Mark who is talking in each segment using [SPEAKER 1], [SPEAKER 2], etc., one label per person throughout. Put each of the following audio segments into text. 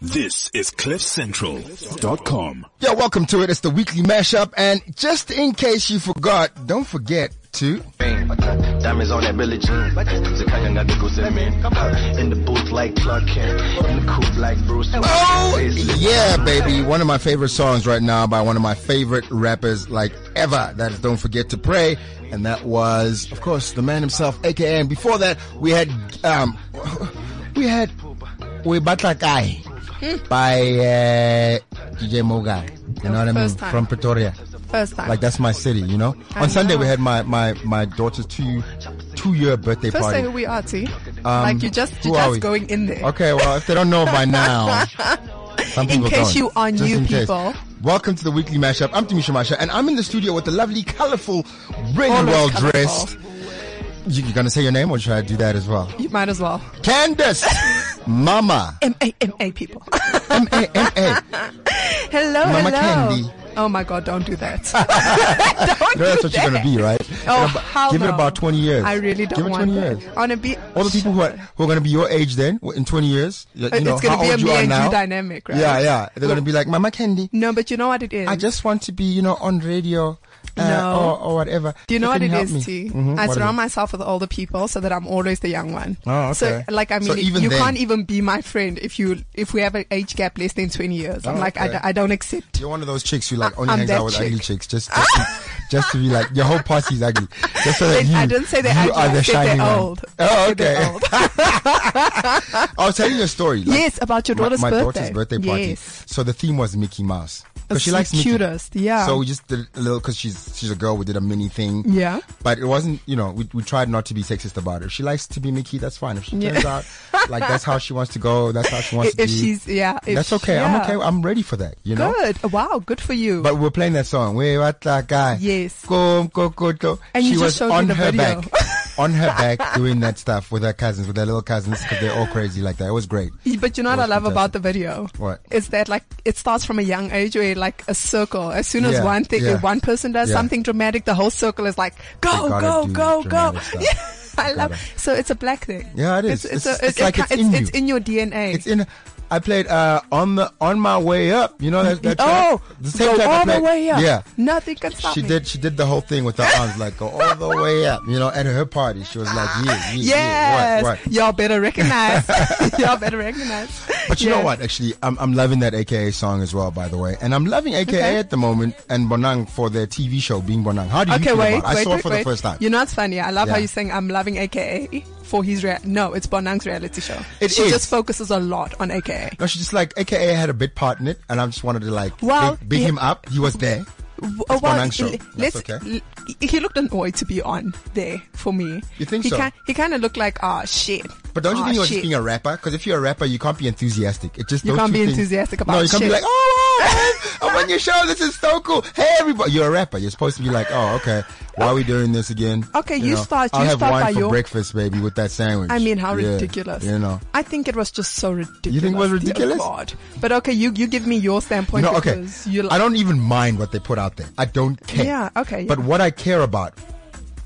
[SPEAKER 1] This is CliffCentral.com.
[SPEAKER 2] Yeah, welcome to it. It's the weekly mashup. And just in case you forgot, don't forget to
[SPEAKER 3] Diamonds on that Billie Jean. Zakai got the goose in me. In the booth like Clark Kent. In the coupe like Bruce.
[SPEAKER 2] Oh, yeah, baby. One of my favorite songs right now by one of my favorite rappers like ever. That is Don't Forget to Pray. And that was, of course, the man himself, aka. And before that, we had, um, we had We Batla Kai
[SPEAKER 4] Hmm.
[SPEAKER 2] by, uh, DJ Moga. You know what I mean?
[SPEAKER 4] First time.
[SPEAKER 2] From Pretoria.
[SPEAKER 4] First time.
[SPEAKER 2] Like that's my city, you know?
[SPEAKER 4] I
[SPEAKER 2] On Sunday
[SPEAKER 4] know.
[SPEAKER 2] we had my, my, my daughter's two, two year birthday
[SPEAKER 4] First
[SPEAKER 2] party.
[SPEAKER 4] say who we are, T.
[SPEAKER 2] Um,
[SPEAKER 4] like you just
[SPEAKER 2] who
[SPEAKER 4] you
[SPEAKER 2] are
[SPEAKER 4] just
[SPEAKER 2] we?
[SPEAKER 4] going in there.
[SPEAKER 2] Okay, well, if they don't know by now, some
[SPEAKER 4] In
[SPEAKER 2] people don't.
[SPEAKER 4] case you are
[SPEAKER 2] Just
[SPEAKER 4] new
[SPEAKER 2] in case.
[SPEAKER 4] people.
[SPEAKER 2] Welcome to the weekly mashup. I'm Tamisha Masha, and I'm in the studio with the lovely, colorful, really
[SPEAKER 4] Always
[SPEAKER 2] well dressed. You, you gonna say your name, or should I do that as well?
[SPEAKER 4] You might as well.
[SPEAKER 2] Candace, Mama,
[SPEAKER 4] M A M A people.
[SPEAKER 2] M A M A.
[SPEAKER 4] hello,
[SPEAKER 2] Mama
[SPEAKER 4] hello.
[SPEAKER 2] Candy.
[SPEAKER 4] Oh my God! Don't do that. don't
[SPEAKER 2] No,
[SPEAKER 4] do
[SPEAKER 2] that's what
[SPEAKER 4] that.
[SPEAKER 2] you're gonna be, right?
[SPEAKER 4] Oh,
[SPEAKER 2] In about-
[SPEAKER 4] how
[SPEAKER 2] give it about 20 years.
[SPEAKER 4] I really don't
[SPEAKER 2] give it
[SPEAKER 4] want
[SPEAKER 2] 20
[SPEAKER 4] that.
[SPEAKER 2] years.
[SPEAKER 4] I wanna be
[SPEAKER 2] All the people who are who are gonna be your age then in 20 years, you you know
[SPEAKER 4] it's gonna
[SPEAKER 2] how
[SPEAKER 4] be a
[SPEAKER 2] old you
[SPEAKER 4] me
[SPEAKER 2] are
[SPEAKER 4] and
[SPEAKER 2] now.
[SPEAKER 4] you dynamic, right?
[SPEAKER 2] Yeah, yeah. They're gonna be like Mama Candy.
[SPEAKER 4] No, but you know what it is.
[SPEAKER 2] I just want to be, you know, on radio uh,
[SPEAKER 4] No.
[SPEAKER 2] or, or whatever.
[SPEAKER 4] Do you know what
[SPEAKER 2] can
[SPEAKER 4] it
[SPEAKER 2] help
[SPEAKER 4] is,
[SPEAKER 2] me.
[SPEAKER 4] T?
[SPEAKER 2] Mhm.
[SPEAKER 4] I
[SPEAKER 2] What
[SPEAKER 4] surround
[SPEAKER 2] is it?
[SPEAKER 4] myself with older people so that I'm always the young one.
[SPEAKER 2] Oh, okay.
[SPEAKER 4] So, like, I mean,
[SPEAKER 2] So even
[SPEAKER 4] you
[SPEAKER 2] then-
[SPEAKER 4] can't even be my friend if you if we have an age gap less than 20 years. I'm
[SPEAKER 2] Oh,
[SPEAKER 4] like, I
[SPEAKER 2] okay.
[SPEAKER 4] d- I don't accept.
[SPEAKER 2] You're one of those chicks who like
[SPEAKER 4] I-
[SPEAKER 2] only
[SPEAKER 4] I'm
[SPEAKER 2] hangs
[SPEAKER 4] that
[SPEAKER 2] out with
[SPEAKER 4] chick.
[SPEAKER 2] ugly chicks, just just to, just to be like your whole party's ugly. Just so that
[SPEAKER 4] Then
[SPEAKER 2] you,
[SPEAKER 4] I didn't say they're
[SPEAKER 2] you
[SPEAKER 4] ugly,
[SPEAKER 2] are
[SPEAKER 4] I
[SPEAKER 2] the
[SPEAKER 4] said they're
[SPEAKER 2] shining one.
[SPEAKER 4] old.
[SPEAKER 2] Oh,
[SPEAKER 4] I said they're
[SPEAKER 2] okay.
[SPEAKER 4] old.
[SPEAKER 2] I was telling you a story. Like,
[SPEAKER 4] Yes, about your
[SPEAKER 2] my,
[SPEAKER 4] daughter's
[SPEAKER 2] my
[SPEAKER 4] birthday.
[SPEAKER 2] daughter's birthday party.
[SPEAKER 4] Yes.
[SPEAKER 2] So the theme was Mickey Mouse. Because
[SPEAKER 4] That's
[SPEAKER 2] she
[SPEAKER 4] the
[SPEAKER 2] likes Mickey.
[SPEAKER 4] cutest, yeah.
[SPEAKER 2] So we just did a little because she's she's a girl. We did a mini thing.
[SPEAKER 4] Yeah.
[SPEAKER 2] But it wasn't, you know, we, we tried not to be sexist about it. If she likes to be Mickey, that's fine. If she
[SPEAKER 4] Yeah.
[SPEAKER 2] turns out like that's how she wants to go, that's how she wants
[SPEAKER 4] If,
[SPEAKER 2] to
[SPEAKER 4] if
[SPEAKER 2] be.
[SPEAKER 4] she's yeah, if
[SPEAKER 2] that's okay.
[SPEAKER 4] yeah.
[SPEAKER 2] I'm okay. I'm ready for that. You know.
[SPEAKER 4] Good. Wow. Good for you.
[SPEAKER 2] But we were playing that song. Wait, what that guy?
[SPEAKER 4] Yes.
[SPEAKER 2] Go, go, go, go.
[SPEAKER 4] And
[SPEAKER 2] she
[SPEAKER 4] you just
[SPEAKER 2] was
[SPEAKER 4] showed me
[SPEAKER 2] on
[SPEAKER 4] the
[SPEAKER 2] her
[SPEAKER 4] video.
[SPEAKER 2] back, on her back, doing that stuff with her cousins, with her little cousins, because they're all crazy like that. It was great.
[SPEAKER 4] But you know what I
[SPEAKER 2] That was
[SPEAKER 4] love about
[SPEAKER 2] fantastic.
[SPEAKER 4] the video?
[SPEAKER 2] What?
[SPEAKER 4] Is that like it starts from a young age where like a circle. As soon as
[SPEAKER 2] Yeah,
[SPEAKER 4] one thing,
[SPEAKER 2] yeah.
[SPEAKER 4] one person does
[SPEAKER 2] Yeah.
[SPEAKER 4] something dramatic, the whole circle is like go,
[SPEAKER 2] They gotta
[SPEAKER 4] go,
[SPEAKER 2] do
[SPEAKER 4] go, go.
[SPEAKER 2] dramatic stuff.
[SPEAKER 4] Yeah, I
[SPEAKER 2] They
[SPEAKER 4] love.
[SPEAKER 2] gotta.
[SPEAKER 4] So it's a black thing.
[SPEAKER 2] Yeah, it is. It's-
[SPEAKER 4] a-
[SPEAKER 2] it's like it's in
[SPEAKER 4] it's,
[SPEAKER 2] you.
[SPEAKER 4] it's in your DNA.
[SPEAKER 2] It's in. I played uh, on the on my way up. You know that. that
[SPEAKER 4] oh,
[SPEAKER 2] track? the same
[SPEAKER 4] go
[SPEAKER 2] track I
[SPEAKER 4] all the
[SPEAKER 2] played.
[SPEAKER 4] way up.
[SPEAKER 2] Yeah.
[SPEAKER 4] nothing can stop
[SPEAKER 2] She
[SPEAKER 4] me.
[SPEAKER 2] did. She did the whole thing with her arms, like go all the way up. You know, at her party, she was like, yeah, yeah,
[SPEAKER 4] Yes,
[SPEAKER 2] yeah, what, what.
[SPEAKER 4] y'all better recognize. y'all better recognize.
[SPEAKER 2] But you know
[SPEAKER 4] Yes.
[SPEAKER 2] what? Actually, I'm, I'm loving that AKA song as well, by the way. And I'm loving AKA
[SPEAKER 4] Okay.
[SPEAKER 2] at the moment and Bonang for their TV show being Bonang. How do you
[SPEAKER 4] Okay,
[SPEAKER 2] feel
[SPEAKER 4] wait,
[SPEAKER 2] about it?
[SPEAKER 4] wait,
[SPEAKER 2] I saw
[SPEAKER 4] wait,
[SPEAKER 2] it for
[SPEAKER 4] wait.
[SPEAKER 2] the first time.
[SPEAKER 4] You know what's funny? I love how
[SPEAKER 2] Yeah.
[SPEAKER 4] you're saying I'm loving AKA for his rea- no, it's Bonang's reality show.
[SPEAKER 2] It
[SPEAKER 4] she
[SPEAKER 2] is.
[SPEAKER 4] just focuses a lot on AKA.
[SPEAKER 2] no, she's just like AKA had a bit part in it, and I just wanted to like
[SPEAKER 4] Well,
[SPEAKER 2] big, big
[SPEAKER 4] yeah.
[SPEAKER 2] him up. He was there. It's
[SPEAKER 4] W- Uh, well,
[SPEAKER 2] Bonang's show.
[SPEAKER 4] l-
[SPEAKER 2] That's
[SPEAKER 4] let's-
[SPEAKER 2] okay.
[SPEAKER 4] l- he looked annoyed to be on there for me.
[SPEAKER 2] You think
[SPEAKER 4] he
[SPEAKER 2] so?
[SPEAKER 4] ki- he kind of looked like, ah, shit.
[SPEAKER 2] But don't you
[SPEAKER 4] Ah,
[SPEAKER 2] think he was
[SPEAKER 4] shit.
[SPEAKER 2] just being a rapper? Because if you're a rapper, you can't be enthusiastic. It just
[SPEAKER 4] You
[SPEAKER 2] those
[SPEAKER 4] can't
[SPEAKER 2] two
[SPEAKER 4] be
[SPEAKER 2] things-
[SPEAKER 4] enthusiastic about
[SPEAKER 2] No, you can't be
[SPEAKER 4] shit.
[SPEAKER 2] like, oh, man, I'm on your show. This is so cool. Hey, everybody, you're a rapper. You're supposed to be like, oh, okay. Why are we doing this again?
[SPEAKER 4] Okay, you start-
[SPEAKER 2] I'll
[SPEAKER 4] you
[SPEAKER 2] have
[SPEAKER 4] start
[SPEAKER 2] wine
[SPEAKER 4] by
[SPEAKER 2] for
[SPEAKER 4] your-
[SPEAKER 2] breakfast, baby, with that sandwich.
[SPEAKER 4] I mean, how
[SPEAKER 2] Yeah,
[SPEAKER 4] ridiculous!
[SPEAKER 2] You know.
[SPEAKER 4] I think it was just so ridiculous.
[SPEAKER 2] think it was
[SPEAKER 4] Dear
[SPEAKER 2] ridiculous?
[SPEAKER 4] God. But okay, you you give me your standpoint.
[SPEAKER 2] No, okay.
[SPEAKER 4] because You
[SPEAKER 2] I don't even mind what they put out there. I don't care.
[SPEAKER 4] Yeah, okay,
[SPEAKER 2] But
[SPEAKER 4] yeah.
[SPEAKER 2] what I care about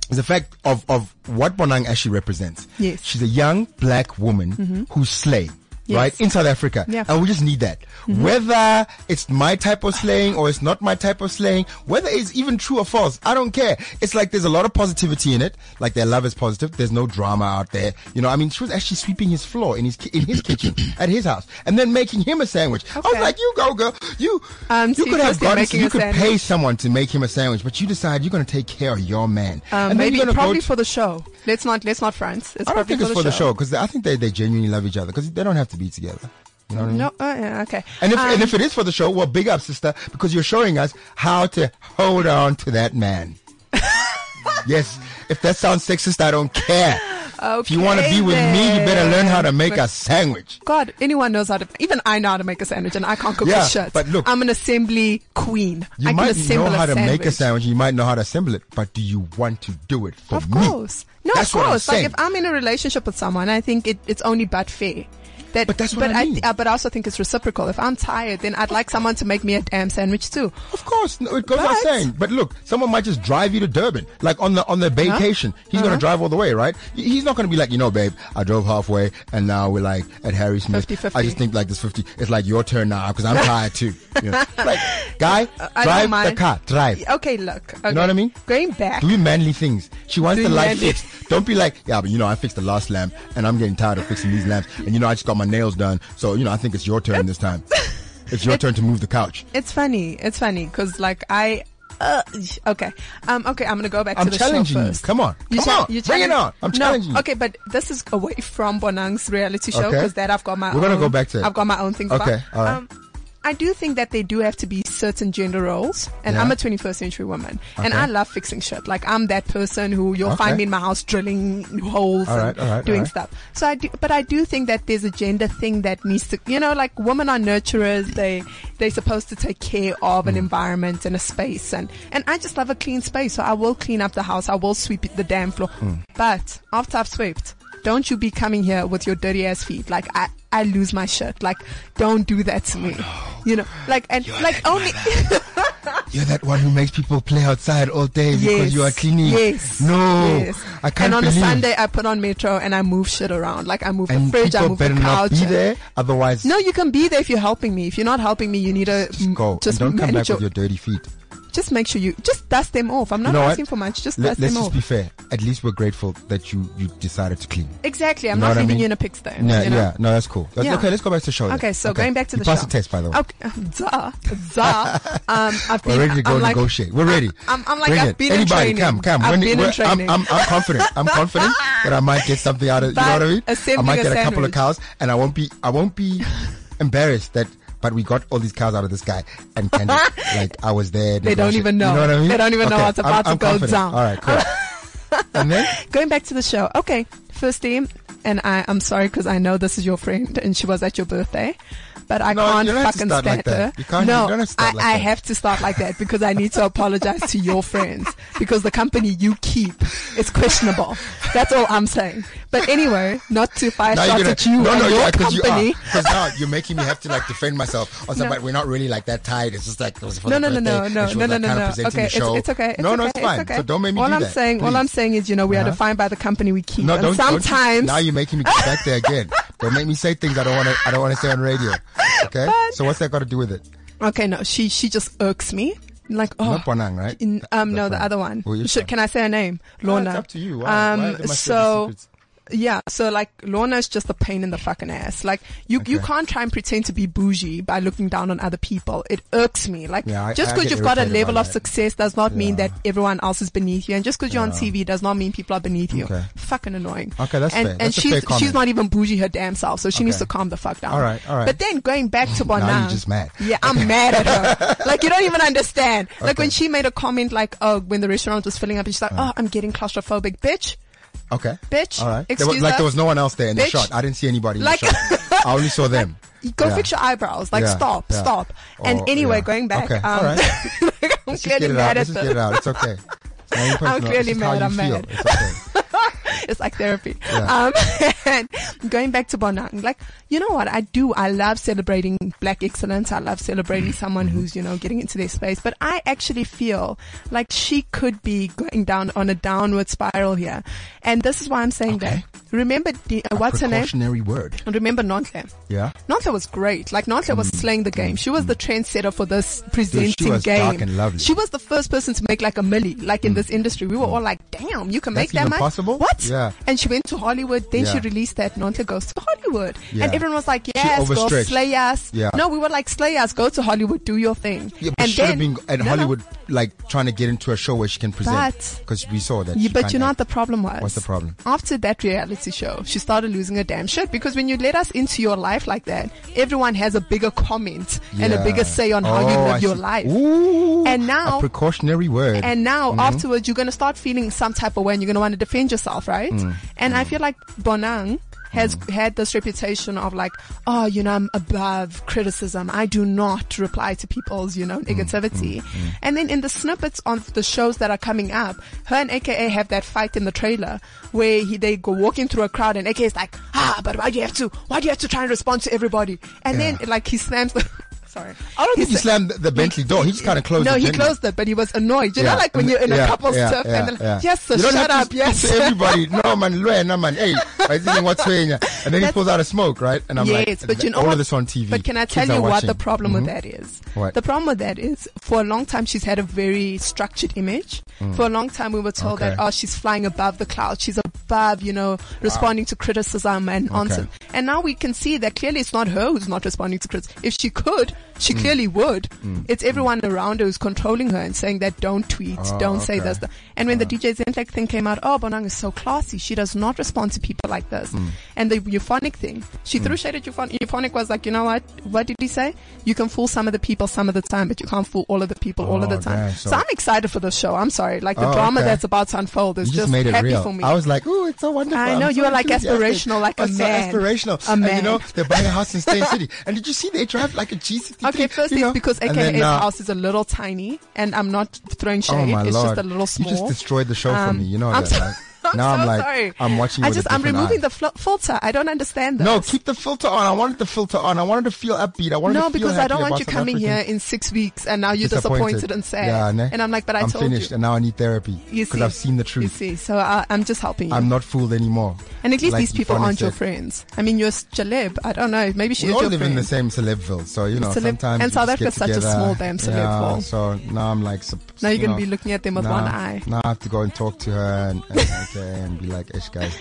[SPEAKER 2] is the fact of, of what Bonang actually represents.
[SPEAKER 4] Yes. Mm-hmm.
[SPEAKER 2] She's a young black woman who's slay.
[SPEAKER 4] Yes.
[SPEAKER 2] Right in South Africa,
[SPEAKER 4] Yeah. Mm-hmm.
[SPEAKER 2] and we just need that. Whether it's my type of slaying or it's not my type of slaying, whether it's even true or false, I don't care. It's like there's a lot of positivity in it. Like their love is positive. There's no drama out there. You know, I mean, she was actually sweeping his floor in his ki- in his kitchen at his house, and then making him a sandwich. I was
[SPEAKER 4] Okay.
[SPEAKER 2] like, you go, girl. You
[SPEAKER 4] Um,
[SPEAKER 2] you
[SPEAKER 4] see,
[SPEAKER 2] could have
[SPEAKER 4] first you're
[SPEAKER 2] gotten,
[SPEAKER 4] making
[SPEAKER 2] you
[SPEAKER 4] a
[SPEAKER 2] could
[SPEAKER 4] sandwich.
[SPEAKER 2] pay someone to make him a sandwich, but you decide you're going to take care of your man. And
[SPEAKER 4] Um,
[SPEAKER 2] then
[SPEAKER 4] maybe
[SPEAKER 2] you're gonna go
[SPEAKER 4] probably
[SPEAKER 2] to-
[SPEAKER 4] for the show. Let's not let's not France. It's
[SPEAKER 2] I don't
[SPEAKER 4] probably
[SPEAKER 2] think it's for the show because I think they, they genuinely love each other because they don't have to be together. You know what I mean?
[SPEAKER 4] No, uh, yeah, okay.
[SPEAKER 2] And if,
[SPEAKER 4] Um,
[SPEAKER 2] and if it is for the show, well, big up, sister, because you're showing us how to hold on to that man. yes, if that sounds sexist, I don't care. if you want to
[SPEAKER 4] Um, Okay
[SPEAKER 2] be with me, you better learn how to
[SPEAKER 4] then.
[SPEAKER 2] make a sandwich.
[SPEAKER 4] God, anyone knows how to. Even I know how to make a sandwich, and I can't cook
[SPEAKER 2] Yeah,
[SPEAKER 4] for shit.
[SPEAKER 2] but look-
[SPEAKER 4] I'm an assembly queen.
[SPEAKER 2] You
[SPEAKER 4] I can
[SPEAKER 2] might know
[SPEAKER 4] assemble
[SPEAKER 2] how
[SPEAKER 4] a
[SPEAKER 2] to
[SPEAKER 4] sandwich.
[SPEAKER 2] make a sandwich. You might know how to assemble it, but do you want to do it for
[SPEAKER 4] Of
[SPEAKER 2] me?
[SPEAKER 4] course, no,
[SPEAKER 2] That's
[SPEAKER 4] of
[SPEAKER 2] what I'm
[SPEAKER 4] course. Like
[SPEAKER 2] saying.
[SPEAKER 4] if I'm in a relationship with someone, I think it, it's only but fair That,
[SPEAKER 2] But that's what
[SPEAKER 4] but
[SPEAKER 2] I mean.
[SPEAKER 4] th- uh, but I also think it's reciprocal. If I'm tired, then I'd like someone to make me a damn sandwich too.
[SPEAKER 2] Of course, no, it goes without
[SPEAKER 4] But-
[SPEAKER 2] saying. But look, someone might just drive you to Durban, like on the on the
[SPEAKER 4] Uh-huh.
[SPEAKER 2] vacation. He's gonna drive all the way, right? He- He's not gonna be like, you know, babe, I drove halfway, and now we're like at Harry Smith.
[SPEAKER 4] 50-50.
[SPEAKER 2] I just think like this fifty. It's like your turn now because I'm tired too. You know? Like, guy,
[SPEAKER 4] I don't
[SPEAKER 2] drive the
[SPEAKER 4] mind.
[SPEAKER 2] car, drive.
[SPEAKER 4] Okay, look. Okay.
[SPEAKER 2] what I mean?
[SPEAKER 4] Going back.
[SPEAKER 2] Do manly things. She wants
[SPEAKER 4] Do
[SPEAKER 2] the light
[SPEAKER 4] manly-
[SPEAKER 2] fixed. Don't be like, yeah, but you know, I fixed the last lamp and I'm getting tired of fixing these lamps. And you know, I just got my nails done. So, you know, I think it's your turn this time. It's your turn to move the couch.
[SPEAKER 4] It's funny. It's funny because like I. Uh, sh- okay. Um. Okay. I'm gonna go back
[SPEAKER 2] I'm
[SPEAKER 4] to the
[SPEAKER 2] challenging
[SPEAKER 4] show
[SPEAKER 2] you.
[SPEAKER 4] first.
[SPEAKER 2] Come on. Come
[SPEAKER 4] chal-
[SPEAKER 2] on. Bring it
[SPEAKER 4] challenge-
[SPEAKER 2] on. I'm
[SPEAKER 4] no,
[SPEAKER 2] challenging you.
[SPEAKER 4] Okay, but this is away from Bonang's reality show
[SPEAKER 2] Okay.
[SPEAKER 4] because that I've got my.
[SPEAKER 2] We're gonna
[SPEAKER 4] own-
[SPEAKER 2] go back to it.
[SPEAKER 4] I've got my own things.
[SPEAKER 2] Okay,
[SPEAKER 4] about.
[SPEAKER 2] all right.
[SPEAKER 4] Um, I do think that they do have to be certain gender roles, and
[SPEAKER 2] Yeah.
[SPEAKER 4] I'm a 21st century woman, and
[SPEAKER 2] Okay.
[SPEAKER 4] I love fixing shit. Like I'm that person who you'll
[SPEAKER 2] Okay.
[SPEAKER 4] find me in my house drilling holes
[SPEAKER 2] All
[SPEAKER 4] and
[SPEAKER 2] right, all right, all
[SPEAKER 4] doing
[SPEAKER 2] right.
[SPEAKER 4] stuff. So I do, but I do think that there's a gender thing that needs to, you know, like women are nurturers. They they're supposed to take care of
[SPEAKER 2] Mm.
[SPEAKER 4] an environment and a space, and and I just love a clean space. So I will clean up the house. I will sweep the damn floor.
[SPEAKER 2] Mm.
[SPEAKER 4] But after I've swept, don't you be coming here with your dirty ass feet. Like I I lose my shirt. Like don't do that to me.
[SPEAKER 2] Oh,
[SPEAKER 4] You know, like and like only.
[SPEAKER 2] You're that one who makes people play outside all day because you are cleaning.
[SPEAKER 4] Yes.
[SPEAKER 2] No.
[SPEAKER 4] yes.
[SPEAKER 2] I can't
[SPEAKER 4] And on
[SPEAKER 2] believe.
[SPEAKER 4] a Sunday, I put on Metro and I move shit around. Like I move
[SPEAKER 2] and
[SPEAKER 4] the fridge, I
[SPEAKER 2] people
[SPEAKER 4] move the
[SPEAKER 2] better not
[SPEAKER 4] couch.
[SPEAKER 2] be
[SPEAKER 4] and-
[SPEAKER 2] there, otherwise
[SPEAKER 4] No, you can be there if you're helping me. If you're not helping me, you need to
[SPEAKER 2] just go.
[SPEAKER 4] Just
[SPEAKER 2] and don't come back
[SPEAKER 4] manage
[SPEAKER 2] with your dirty feet.
[SPEAKER 4] Just make sure you just dust them off. I'm not
[SPEAKER 2] You know
[SPEAKER 4] asking
[SPEAKER 2] what?
[SPEAKER 4] for much. Just
[SPEAKER 2] Let,
[SPEAKER 4] dust
[SPEAKER 2] let's
[SPEAKER 4] them
[SPEAKER 2] just
[SPEAKER 4] off.
[SPEAKER 2] be fair. At least we're grateful that you you decided to clean.
[SPEAKER 4] exactly. I'm
[SPEAKER 2] Know
[SPEAKER 4] not
[SPEAKER 2] what I
[SPEAKER 4] leaving
[SPEAKER 2] mean?
[SPEAKER 4] you in a pigsty.
[SPEAKER 2] No,
[SPEAKER 4] you know?
[SPEAKER 2] yeah, no, that's cool. That's-
[SPEAKER 4] Yeah.
[SPEAKER 2] Okay, let's go back to the show. then.
[SPEAKER 4] Okay, so going back to
[SPEAKER 2] You
[SPEAKER 4] the
[SPEAKER 2] passed
[SPEAKER 4] show.
[SPEAKER 2] the test, by the way.
[SPEAKER 4] Okay, duh, duh. Um, I've been,
[SPEAKER 2] We're ready to go
[SPEAKER 4] I'm like-
[SPEAKER 2] negotiate. We're ready.
[SPEAKER 4] I'm, I'm like,
[SPEAKER 2] Bring
[SPEAKER 4] I've
[SPEAKER 2] it.
[SPEAKER 4] been in
[SPEAKER 2] Anybody,
[SPEAKER 4] training.
[SPEAKER 2] come, come.
[SPEAKER 4] I've
[SPEAKER 2] When-
[SPEAKER 4] been
[SPEAKER 2] we're-
[SPEAKER 4] in training.
[SPEAKER 2] I'm, I'm, I'm confident. I'm confident that I might get something out of. you know what I mean?
[SPEAKER 4] But assembling
[SPEAKER 2] I might
[SPEAKER 4] a
[SPEAKER 2] get a couple of
[SPEAKER 4] sandwich.
[SPEAKER 2] cows, and I won't be. I won't be embarrassed that. But we got all these cows out of this guy, and Candy, like I was there.
[SPEAKER 4] They don't
[SPEAKER 2] negotiate.
[SPEAKER 4] even know.
[SPEAKER 2] You know what I mean?
[SPEAKER 4] They don't even know
[SPEAKER 2] Okay,
[SPEAKER 4] what's
[SPEAKER 2] I'm-
[SPEAKER 4] about to
[SPEAKER 2] I'm
[SPEAKER 4] go
[SPEAKER 2] confident.
[SPEAKER 4] down.
[SPEAKER 2] All right, cool. and then
[SPEAKER 4] going back to the show. Okay, first team, and I, I'm sorry because I know this is your friend and she was at your birthday, but I
[SPEAKER 2] No, you
[SPEAKER 4] can't
[SPEAKER 2] don't have to
[SPEAKER 4] fucking
[SPEAKER 2] start
[SPEAKER 4] stand
[SPEAKER 2] like that.
[SPEAKER 4] her.
[SPEAKER 2] You can't-
[SPEAKER 4] no,
[SPEAKER 2] you don't have to start
[SPEAKER 4] I,
[SPEAKER 2] like
[SPEAKER 4] I
[SPEAKER 2] that.
[SPEAKER 4] have to start like that because I need to apologize to your friends because the company you keep is questionable. That's all I'm saying. But anyway, not to fire
[SPEAKER 2] now
[SPEAKER 4] shots
[SPEAKER 2] you're gonna
[SPEAKER 4] at you
[SPEAKER 2] no,
[SPEAKER 4] and
[SPEAKER 2] no,
[SPEAKER 4] your
[SPEAKER 2] yeah, 'cause you
[SPEAKER 4] company.
[SPEAKER 2] are. Because now you're making me have to like defend myself. Also, but we're not really like that tied. It's just like it was for
[SPEAKER 4] No,
[SPEAKER 2] the
[SPEAKER 4] no, no, no,
[SPEAKER 2] birthday,
[SPEAKER 4] no,
[SPEAKER 2] and she
[SPEAKER 4] no,
[SPEAKER 2] was,
[SPEAKER 4] no,
[SPEAKER 2] like,
[SPEAKER 4] no,
[SPEAKER 2] kind of
[SPEAKER 4] no.
[SPEAKER 2] presenting
[SPEAKER 4] Okay,
[SPEAKER 2] the
[SPEAKER 4] it's,
[SPEAKER 2] show.
[SPEAKER 4] it's okay. It's
[SPEAKER 2] no,
[SPEAKER 4] okay,
[SPEAKER 2] no, it's fine.
[SPEAKER 4] okay.
[SPEAKER 2] So don't make me
[SPEAKER 4] all
[SPEAKER 2] do
[SPEAKER 4] I'm
[SPEAKER 2] that,
[SPEAKER 4] saying, all
[SPEAKER 2] please.
[SPEAKER 4] I'm saying is, you know, we are
[SPEAKER 2] Uh-huh.
[SPEAKER 4] defined by the company we keep,
[SPEAKER 2] No,
[SPEAKER 4] and
[SPEAKER 2] don't. don't-
[SPEAKER 4] sometimes
[SPEAKER 2] now you're making me get back there again. Don't make me say things I don't want to. I don't want to say on radio. Okay. so what's that got to do with it?
[SPEAKER 4] Okay, no, she she just irks me. Like, oh,
[SPEAKER 2] Not Bonang, right?
[SPEAKER 4] In, um,
[SPEAKER 2] Not
[SPEAKER 4] no, the
[SPEAKER 2] Bonang.
[SPEAKER 4] other one.
[SPEAKER 2] Who you
[SPEAKER 4] Should,
[SPEAKER 2] from?
[SPEAKER 4] can I say her name? Lorna. Um,
[SPEAKER 2] it's up to you. Why- why there must be
[SPEAKER 4] so.
[SPEAKER 2] secrets?
[SPEAKER 4] Yeah, so like Lorna is just a pain in the fucking ass. Like you, you
[SPEAKER 2] Okay.
[SPEAKER 4] can't try and pretend to be bougie by looking down on other people. It irks me. Like
[SPEAKER 2] Yeah, I-
[SPEAKER 4] just
[SPEAKER 2] I
[SPEAKER 4] because
[SPEAKER 2] get
[SPEAKER 4] you've got a
[SPEAKER 2] irritated by
[SPEAKER 4] level of
[SPEAKER 2] that.
[SPEAKER 4] success does not mean
[SPEAKER 2] Yeah.
[SPEAKER 4] that everyone else is beneath you, and just because you're on
[SPEAKER 2] Yeah.
[SPEAKER 4] TV does not mean people are beneath you.
[SPEAKER 2] Okay.
[SPEAKER 4] Fucking annoying.
[SPEAKER 2] Okay, that's
[SPEAKER 4] and,
[SPEAKER 2] fair.
[SPEAKER 4] And
[SPEAKER 2] That's a
[SPEAKER 4] she's
[SPEAKER 2] fair comment.
[SPEAKER 4] she's not even bougie her damn self, so she needs
[SPEAKER 2] Okay.
[SPEAKER 4] to calm the fuck down.
[SPEAKER 2] All right, all right.
[SPEAKER 4] But then going back to Bonang,
[SPEAKER 2] Now you're just mad.
[SPEAKER 4] Yeah, I'm mad at her. Like you don't even understand. Like when she made a comment like, "Oh, when the restaurant was filling up," and she's like,
[SPEAKER 2] Uh.
[SPEAKER 4] "Oh, I'm getting claustrophobic, bitch."
[SPEAKER 2] Okay.
[SPEAKER 4] Bitch,
[SPEAKER 2] All right. There was,
[SPEAKER 4] excuse
[SPEAKER 2] like
[SPEAKER 4] us.
[SPEAKER 2] there was no one else there in the
[SPEAKER 4] Bitch.
[SPEAKER 2] shot. I didn't see anybody in
[SPEAKER 4] Like-
[SPEAKER 2] the shot. I only saw them.
[SPEAKER 4] Go
[SPEAKER 2] Yeah.
[SPEAKER 4] fix your eyebrows. Like
[SPEAKER 2] Yeah,
[SPEAKER 4] stop,
[SPEAKER 2] yeah.
[SPEAKER 4] stop. and
[SPEAKER 2] Or-
[SPEAKER 4] anyway,
[SPEAKER 2] yeah.
[SPEAKER 4] going back,
[SPEAKER 2] Okay, all
[SPEAKER 4] um,
[SPEAKER 2] right.
[SPEAKER 4] I'm
[SPEAKER 2] Let's just
[SPEAKER 4] clearly
[SPEAKER 2] get it
[SPEAKER 4] mad
[SPEAKER 2] out.
[SPEAKER 4] at
[SPEAKER 2] Let's just get it
[SPEAKER 4] them.
[SPEAKER 2] out. It's okay. It's not even personal.
[SPEAKER 4] clearly
[SPEAKER 2] It's just how
[SPEAKER 4] mad.
[SPEAKER 2] you
[SPEAKER 4] I'm
[SPEAKER 2] feel.
[SPEAKER 4] mad.
[SPEAKER 2] It's okay.
[SPEAKER 4] it's like therapy.
[SPEAKER 2] Yeah.
[SPEAKER 4] Um, and going back to Bonang, like you know what I do? I love celebrating Black excellence. I love celebrating someone
[SPEAKER 2] Mm-hmm.
[SPEAKER 4] who's you know getting into their space. But I actually feel like she could be going down on a downward spiral here, and this is why I'm saying
[SPEAKER 2] Okay.
[SPEAKER 4] that. Remember, the, uh, what's her name?
[SPEAKER 2] Precautionary word.
[SPEAKER 4] Remember Nontle.
[SPEAKER 2] Yeah. Mm.
[SPEAKER 4] Nantla was great. Like Nantla was slaying the game. She was the trendsetter for this presenting
[SPEAKER 2] was
[SPEAKER 4] game.
[SPEAKER 2] dark and lovely. Mm.
[SPEAKER 4] She was the first person to make like a milli, like in this industry. We were all like, "Damn, you can
[SPEAKER 2] That's
[SPEAKER 4] make that
[SPEAKER 2] even
[SPEAKER 4] much!"
[SPEAKER 2] possible?
[SPEAKER 4] What?
[SPEAKER 2] Yeah.
[SPEAKER 4] And she went to Hollywood. Then she
[SPEAKER 2] Yeah.
[SPEAKER 4] released that Nantla goes to Hollywood,
[SPEAKER 2] Yeah.
[SPEAKER 4] and everyone was like, "Yes, girl,
[SPEAKER 2] overstretched.
[SPEAKER 4] slay us."
[SPEAKER 2] Yeah.
[SPEAKER 4] No, we were like, "Slay us, go to Hollywood, do your thing."
[SPEAKER 2] Yeah, but
[SPEAKER 4] and
[SPEAKER 2] she should have
[SPEAKER 4] then-
[SPEAKER 2] been at
[SPEAKER 4] No, no.
[SPEAKER 2] Hollywood, like trying to get into a show where she can present.
[SPEAKER 4] But-
[SPEAKER 2] Because we saw that.
[SPEAKER 4] Yeah,
[SPEAKER 2] she
[SPEAKER 4] but
[SPEAKER 2] can't
[SPEAKER 4] you know what
[SPEAKER 2] act.
[SPEAKER 4] the problem was?
[SPEAKER 2] What's the problem?
[SPEAKER 4] After that reality show, she started losing her damn shit because when you let us into your life like that, everyone has a bigger comment and a
[SPEAKER 2] Yeah.
[SPEAKER 4] bigger say on how you
[SPEAKER 2] Oh,
[SPEAKER 4] live
[SPEAKER 2] I
[SPEAKER 4] your
[SPEAKER 2] see.
[SPEAKER 4] life.
[SPEAKER 2] Ooh,
[SPEAKER 4] And
[SPEAKER 2] a
[SPEAKER 4] now-
[SPEAKER 2] precautionary word.
[SPEAKER 4] And now
[SPEAKER 2] Hmm.
[SPEAKER 4] afterwards, you're going to start feeling some type of way and you're going to want to defend yourself, right? And I feel like Bonang has had this reputation of like, oh, you know, I'm above criticism. I do not reply to people's, you know,
[SPEAKER 2] Hmm.
[SPEAKER 4] negativity. And then in the snippets of the shows that are coming up, her and AKA have that fight in the trailer where he, they go walking through a crowd and AKA is like, ah, but why do you have to, why do you have to try and respond to everybody? And then like he slams the, sorry.
[SPEAKER 2] I don't think he
[SPEAKER 4] sla-
[SPEAKER 2] slammed the- the Bentley door. He just kind of closed
[SPEAKER 4] no,
[SPEAKER 2] it.
[SPEAKER 4] he
[SPEAKER 2] didn't he?
[SPEAKER 4] closed it, but he was annoyed. You
[SPEAKER 2] Yeah.
[SPEAKER 4] know, like when you're in
[SPEAKER 2] Yeah,
[SPEAKER 4] a couple's
[SPEAKER 2] yeah,
[SPEAKER 4] stuff
[SPEAKER 2] yeah,
[SPEAKER 4] and they're
[SPEAKER 2] yeah.
[SPEAKER 4] like, yes, sir,
[SPEAKER 2] you don't
[SPEAKER 4] shut
[SPEAKER 2] have
[SPEAKER 4] up,
[SPEAKER 2] to
[SPEAKER 4] yes.
[SPEAKER 2] speak to everybody. No, man, Lawyer, no, man. Hey, I didn't want to hear ya. And then he pulls out a smoke, right? And I'm like,
[SPEAKER 4] yes, but you know
[SPEAKER 2] all
[SPEAKER 4] what?
[SPEAKER 2] of this on TV.
[SPEAKER 4] But can I
[SPEAKER 2] Kids
[SPEAKER 4] tell
[SPEAKER 2] are
[SPEAKER 4] you what
[SPEAKER 2] watching. Mm-hmm.
[SPEAKER 4] the problem with that is?
[SPEAKER 2] What?
[SPEAKER 4] The problem with that is, for a long time, she's had a very structured image. For a long time, we were told that
[SPEAKER 2] Mm. Okay.
[SPEAKER 4] oh, she's flying above the clouds, she's above, you know, responding to criticism and answer. And now we can see that clearly it's not her who's not responding to criticism. If she could, she
[SPEAKER 2] Mm.
[SPEAKER 4] clearly would. It's everyone around her who's controlling her and saying that don't tweet, don't say
[SPEAKER 2] Oh, okay. Uh.
[SPEAKER 4] this. th- And when the DJ Zentek thing came out, oh, Bonang is so classy. She does not respond to people like this.
[SPEAKER 2] Hmm.
[SPEAKER 4] And the euphonic thing, she threw shade at euphonic. Euphonic was like, you know what? What did he say? You can fool some of the people some of the time, but you can't fool all of the people all of
[SPEAKER 2] Oh,
[SPEAKER 4] the time.
[SPEAKER 2] damn,
[SPEAKER 4] so,
[SPEAKER 2] so-
[SPEAKER 4] I'm excited for the show. I'm sorry. Like the
[SPEAKER 2] Oh,
[SPEAKER 4] drama
[SPEAKER 2] okay.
[SPEAKER 4] that's about to unfold is
[SPEAKER 2] You
[SPEAKER 4] just,
[SPEAKER 2] just made it
[SPEAKER 4] happy
[SPEAKER 2] real.
[SPEAKER 4] for me.
[SPEAKER 2] I was like, "Ooh, it's so wonderful."
[SPEAKER 4] I know,
[SPEAKER 2] I'm
[SPEAKER 4] you
[SPEAKER 2] so
[SPEAKER 4] were like
[SPEAKER 2] enthusiastic.
[SPEAKER 4] aspirational, like a
[SPEAKER 2] I'm so
[SPEAKER 4] man.
[SPEAKER 2] aspirational.
[SPEAKER 4] A
[SPEAKER 2] And, you
[SPEAKER 4] man.
[SPEAKER 2] know, they're buying a house in Stain City. And did you see they drive like a GCT?
[SPEAKER 4] Okay, first
[SPEAKER 2] you know?
[SPEAKER 4] it's because
[SPEAKER 2] And
[SPEAKER 4] AKA's
[SPEAKER 2] then, uh,
[SPEAKER 4] house is a little tiny, and I'm not throwing shade.
[SPEAKER 2] Oh my
[SPEAKER 4] it's
[SPEAKER 2] lord!
[SPEAKER 4] just a little small.
[SPEAKER 2] You just destroyed the show for
[SPEAKER 4] Um,
[SPEAKER 2] me. You know
[SPEAKER 4] I'm
[SPEAKER 2] that.
[SPEAKER 4] so-
[SPEAKER 2] right?
[SPEAKER 4] I'm
[SPEAKER 2] now
[SPEAKER 4] so
[SPEAKER 2] I'm like,
[SPEAKER 4] sorry.
[SPEAKER 2] I'm watching. You
[SPEAKER 4] I
[SPEAKER 2] with
[SPEAKER 4] just
[SPEAKER 2] a
[SPEAKER 4] I'm
[SPEAKER 2] different
[SPEAKER 4] removing
[SPEAKER 2] eye.
[SPEAKER 4] the fl- filter. I don't understand that.
[SPEAKER 2] No, keep the filter on. I wanted the filter on. I wanted to feel upbeat. I wanted to
[SPEAKER 4] No,
[SPEAKER 2] feel
[SPEAKER 4] because I
[SPEAKER 2] happy
[SPEAKER 4] don't want
[SPEAKER 2] about
[SPEAKER 4] you
[SPEAKER 2] South
[SPEAKER 4] coming
[SPEAKER 2] African-
[SPEAKER 4] here in six weeks and now you're disappointed, and sad.
[SPEAKER 2] Yeah, ne?
[SPEAKER 4] And I'm like, but I
[SPEAKER 2] I'm
[SPEAKER 4] told
[SPEAKER 2] finished,
[SPEAKER 4] you.
[SPEAKER 2] and now I need therapy
[SPEAKER 4] You
[SPEAKER 2] because
[SPEAKER 4] see.
[SPEAKER 2] I've seen the
[SPEAKER 4] You
[SPEAKER 2] truth.
[SPEAKER 4] see, so I, I'm just helping you.
[SPEAKER 2] I'm not fooled anymore.
[SPEAKER 4] and at least
[SPEAKER 2] like
[SPEAKER 4] these people
[SPEAKER 2] Yvonne
[SPEAKER 4] aren't your
[SPEAKER 2] said.
[SPEAKER 4] friends. I mean, you're Jaleb. I don't know. Maybe she
[SPEAKER 2] We
[SPEAKER 4] is
[SPEAKER 2] all
[SPEAKER 4] your
[SPEAKER 2] live
[SPEAKER 4] friend.
[SPEAKER 2] in the same celebville, so you know
[SPEAKER 4] Celeb-
[SPEAKER 2] sometimes
[SPEAKER 4] and
[SPEAKER 2] you
[SPEAKER 4] South
[SPEAKER 2] just get
[SPEAKER 4] Africa's such a
[SPEAKER 2] together.
[SPEAKER 4] small damn
[SPEAKER 2] Yeah,
[SPEAKER 4] celebville.
[SPEAKER 2] so now I'm like, sup-
[SPEAKER 4] Now you're
[SPEAKER 2] you
[SPEAKER 4] gonna
[SPEAKER 2] know,
[SPEAKER 4] be looking at them with
[SPEAKER 2] now-
[SPEAKER 4] one eye.
[SPEAKER 2] Now I have to go and talk to her and, and, okay, and be like, "Ish guys,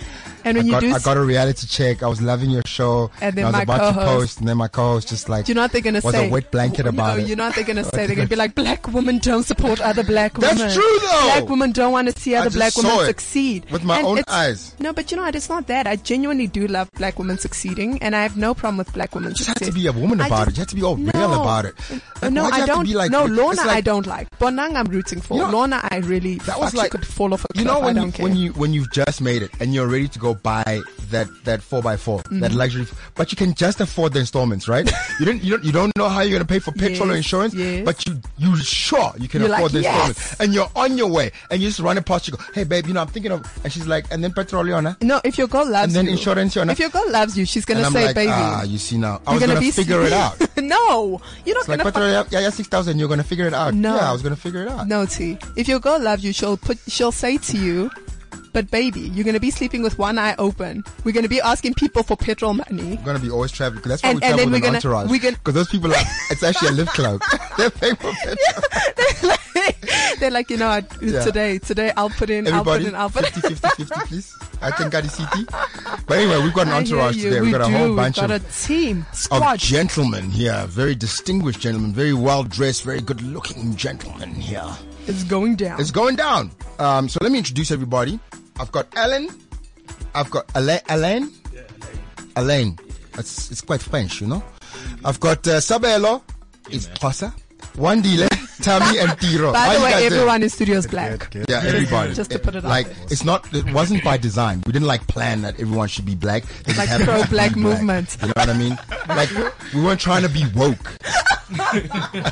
[SPEAKER 4] And when
[SPEAKER 2] I
[SPEAKER 4] you
[SPEAKER 2] got,
[SPEAKER 4] do,
[SPEAKER 2] I
[SPEAKER 4] s-
[SPEAKER 2] got a reality check. I was loving your show.
[SPEAKER 4] And then
[SPEAKER 2] I was
[SPEAKER 4] my
[SPEAKER 2] about to
[SPEAKER 4] co-host-
[SPEAKER 2] post, and then my co-host just like,
[SPEAKER 4] do you know what they're gonna
[SPEAKER 2] was
[SPEAKER 4] say?
[SPEAKER 2] a wet blanket
[SPEAKER 4] No,
[SPEAKER 2] about it.
[SPEAKER 4] you know what they're gonna say? They're gonna be like, "Black women don't support other black
[SPEAKER 2] That's
[SPEAKER 4] women.
[SPEAKER 2] true, though.
[SPEAKER 4] Black women don't want to see
[SPEAKER 2] I
[SPEAKER 4] other
[SPEAKER 2] just
[SPEAKER 4] black
[SPEAKER 2] saw it
[SPEAKER 4] women succeed
[SPEAKER 2] with my
[SPEAKER 4] And
[SPEAKER 2] own
[SPEAKER 4] it's-
[SPEAKER 2] eyes.
[SPEAKER 4] No, but you know what? It's not that. I genuinely do love black women succeeding, and I have no problem with black women
[SPEAKER 2] You just have to
[SPEAKER 4] succeeding.
[SPEAKER 2] be a woman
[SPEAKER 4] I
[SPEAKER 2] about
[SPEAKER 4] just-
[SPEAKER 2] it. You have to be all
[SPEAKER 4] No.
[SPEAKER 2] real Oh, about it. Like,
[SPEAKER 4] no,
[SPEAKER 2] why do you
[SPEAKER 4] I
[SPEAKER 2] have to
[SPEAKER 4] don't.
[SPEAKER 2] be like-
[SPEAKER 4] no,
[SPEAKER 2] it's
[SPEAKER 4] Lorna,
[SPEAKER 2] like-
[SPEAKER 4] I don't like. Bonang, I'm rooting for.
[SPEAKER 2] You know-
[SPEAKER 4] Lorna, I really.
[SPEAKER 2] That was
[SPEAKER 4] fuck,
[SPEAKER 2] like
[SPEAKER 4] she could fall off a cliff.
[SPEAKER 2] You know when
[SPEAKER 4] I
[SPEAKER 2] you,
[SPEAKER 4] don't
[SPEAKER 2] when
[SPEAKER 4] care.
[SPEAKER 2] you when you've just made it and you're ready to go buy that that four by 4 that
[SPEAKER 4] Mm-hmm.
[SPEAKER 2] luxury, f- but you can just afford the installments, right? you don't you don't you don't know how you're gonna pay for petrol or
[SPEAKER 4] Yes,
[SPEAKER 2] insurance,
[SPEAKER 4] yes.
[SPEAKER 2] but you you sure you can
[SPEAKER 4] You're
[SPEAKER 2] afford the
[SPEAKER 4] like, yes.
[SPEAKER 2] installments, and you're on your way, and you just run it past. You go, hey babe, you know I'm thinking of, and she's like, and then petrol, Leona.
[SPEAKER 4] No, if your girl loves
[SPEAKER 2] And then
[SPEAKER 4] you,
[SPEAKER 2] insurance, you're not-
[SPEAKER 4] if your girl loves you, she's gonna
[SPEAKER 2] and I'm
[SPEAKER 4] say,
[SPEAKER 2] like,
[SPEAKER 4] "Baby,
[SPEAKER 2] ah, you see now, I
[SPEAKER 4] you're
[SPEAKER 2] was
[SPEAKER 4] gonna,
[SPEAKER 2] gonna,
[SPEAKER 4] be
[SPEAKER 2] figure it out. It's
[SPEAKER 4] no, you're not
[SPEAKER 2] like
[SPEAKER 4] gonna.
[SPEAKER 2] petrol, yeah, yeah, yeah, six thousand. You're gonna figure it out.
[SPEAKER 4] No.
[SPEAKER 2] yeah, I was gonna figure it out.
[SPEAKER 4] No, T. If your girl loves you, she'll put, she'll say to you, but baby, you're going to be sleeping with one eye open. We're going to be asking people for petrol money.
[SPEAKER 2] We're gonna be always traveling. 'cause That's why
[SPEAKER 4] And-
[SPEAKER 2] we
[SPEAKER 4] and
[SPEAKER 2] travel
[SPEAKER 4] then
[SPEAKER 2] with
[SPEAKER 4] we're
[SPEAKER 2] an
[SPEAKER 4] gonna-
[SPEAKER 2] entourage.
[SPEAKER 4] we're gonna-
[SPEAKER 2] Because those people are. It's actually a lift club. They're paying for petrol.
[SPEAKER 4] They're like, you know, I, today, today I'll put in,
[SPEAKER 2] Everybody,
[SPEAKER 4] I'll put in, I'll put
[SPEAKER 2] 50, 50, 50, please. I think got the city. But anyway, we've got
[SPEAKER 4] in.
[SPEAKER 2] an
[SPEAKER 4] I hear
[SPEAKER 2] entourage
[SPEAKER 4] you.
[SPEAKER 2] today. We've
[SPEAKER 4] We
[SPEAKER 2] got a
[SPEAKER 4] do.
[SPEAKER 2] whole bunch
[SPEAKER 4] We've
[SPEAKER 2] of,
[SPEAKER 4] got a team
[SPEAKER 2] of
[SPEAKER 4] squad.
[SPEAKER 2] gentlemen here. Very distinguished gentlemen, very well dressed, very good looking gentlemen here.
[SPEAKER 4] it's going down.
[SPEAKER 2] It's going down. Um, so let me introduce everybody. I've got Alan. I've got Alain. Alain. Alain. It's, it's quite French, you know. I've got uh, Sabelo. It's Kosa. Wandile, Tammy, and Tiro. How
[SPEAKER 4] By
[SPEAKER 2] you
[SPEAKER 4] the way,
[SPEAKER 2] guys doing?
[SPEAKER 4] everyone in studio is black.
[SPEAKER 2] Yeah, everybody.
[SPEAKER 4] Just to put it out
[SPEAKER 2] like
[SPEAKER 4] there.
[SPEAKER 2] it's not. It wasn't by design. We didn't like plan that everyone should be black. It just
[SPEAKER 4] Like
[SPEAKER 2] happened to be
[SPEAKER 4] pro-black movement.
[SPEAKER 2] You know what I mean? Like we weren't trying to be woke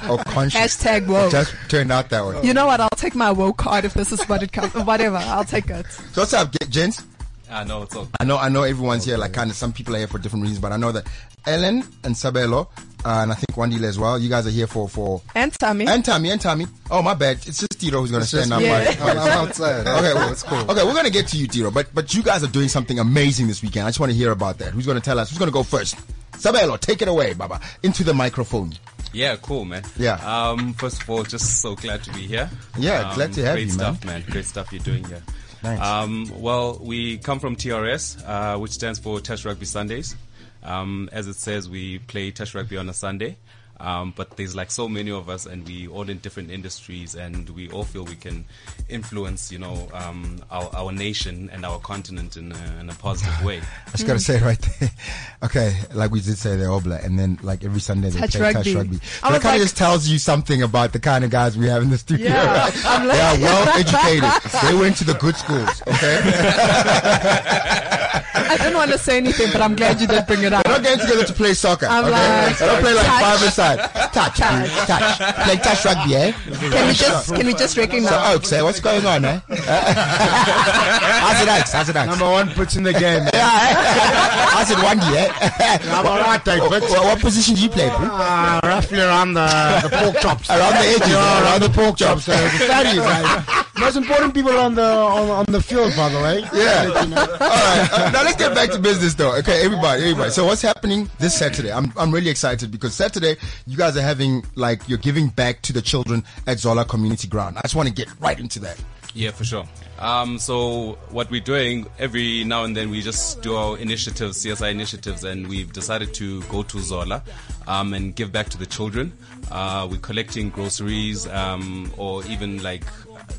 [SPEAKER 2] or conscious.
[SPEAKER 4] Hashtag woke.
[SPEAKER 2] It just turned out that way.
[SPEAKER 4] You know what? I'll take my woke card if this is what it comes. Whatever, I'll take it.
[SPEAKER 2] So what's up, ge- gents?
[SPEAKER 5] I know it's all.
[SPEAKER 2] I know, I know everyone's here. Like, kind of, some people are here for different reasons, but I know that Ellen and Sabelo, uh, and I think Wandile as well. You guys are here for for
[SPEAKER 4] And Tommy,
[SPEAKER 2] and Tommy and Tommy. Oh, my bad. It's just Tiro who's gonna stand up.
[SPEAKER 4] me.
[SPEAKER 2] right?
[SPEAKER 4] Yeah.
[SPEAKER 6] I'm,
[SPEAKER 2] Right.
[SPEAKER 6] I'm outside.
[SPEAKER 2] Okay, well,
[SPEAKER 6] that's cool.
[SPEAKER 2] Okay, we're gonna get to you, Tiro, but but you guys are doing something amazing this weekend. I just want to hear about that. Who's gonna tell us? Who's gonna go first? Sabelo, take it away, Baba, into the microphone.
[SPEAKER 5] Yeah, cool, man.
[SPEAKER 2] Yeah.
[SPEAKER 5] Um, first of all, just so glad to be here.
[SPEAKER 2] Yeah,
[SPEAKER 5] Um,
[SPEAKER 2] glad to have
[SPEAKER 5] great
[SPEAKER 2] you, man.
[SPEAKER 5] stuff, man. Great stuff you're doing here.
[SPEAKER 2] Thanks.
[SPEAKER 5] Um, well, we come from TRS, uh, which stands for Touch Rugby Sundays. Um, as it says, we play touch rugby on a Sunday. Um, but there's like so many of us, and we all in different industries, and we all feel we can influence, you know, um, our, our nation and our continent in a, in a positive way.
[SPEAKER 2] I just
[SPEAKER 4] Hmm.
[SPEAKER 2] gotta say right there. Okay, like we did say, they're all black, and then like every Sunday they
[SPEAKER 4] Touch
[SPEAKER 2] play touch
[SPEAKER 4] rugby.
[SPEAKER 2] rugby.
[SPEAKER 4] I
[SPEAKER 2] But that
[SPEAKER 4] was
[SPEAKER 2] kind of
[SPEAKER 4] like-
[SPEAKER 2] just tells you something about the kind of guys we have in the studio.
[SPEAKER 4] Yeah,
[SPEAKER 2] right? They are well educated. They went to the good schools. Okay,
[SPEAKER 4] I didn't want to say anything, but I'm glad you did bring it up.
[SPEAKER 2] they're not getting together to play soccer.
[SPEAKER 4] I'm
[SPEAKER 2] okay,
[SPEAKER 4] like,
[SPEAKER 2] they don't play like
[SPEAKER 4] touch.
[SPEAKER 2] five aside. Touch, touch, touch. Play touch rugby, eh?
[SPEAKER 4] Can we just can we just recognize?
[SPEAKER 2] So Oaks, eh? What's going on, eh? How's it, Oaks? How's it, Oaks?
[SPEAKER 6] Number one puts in the game.
[SPEAKER 2] Yeah, eh? How's it, Wandy, eh?
[SPEAKER 6] I'm alright, Dave.
[SPEAKER 2] What,
[SPEAKER 6] But,
[SPEAKER 2] what, what position do you play, bro?
[SPEAKER 6] uh, roughly around the, the pork chops.
[SPEAKER 2] Around the edges, eh? around the pork chops.
[SPEAKER 6] So the studies, eh? most important people on the on, on the field, by the way.
[SPEAKER 2] Yeah. All right. Uh, now let's get back to business, though. Okay, everybody, everybody. So what's happening this Saturday? I'm I'm really excited because Saturday you guys are having like you're giving back to the children at Zola Community Ground. I just want to get right into that.
[SPEAKER 5] Yeah, for sure. Um, so what we're doing every now and then, we just do our initiatives, CSI initiatives, and we've decided to go to Zola um, and give back to the children. Uh, we're collecting groceries um, or even like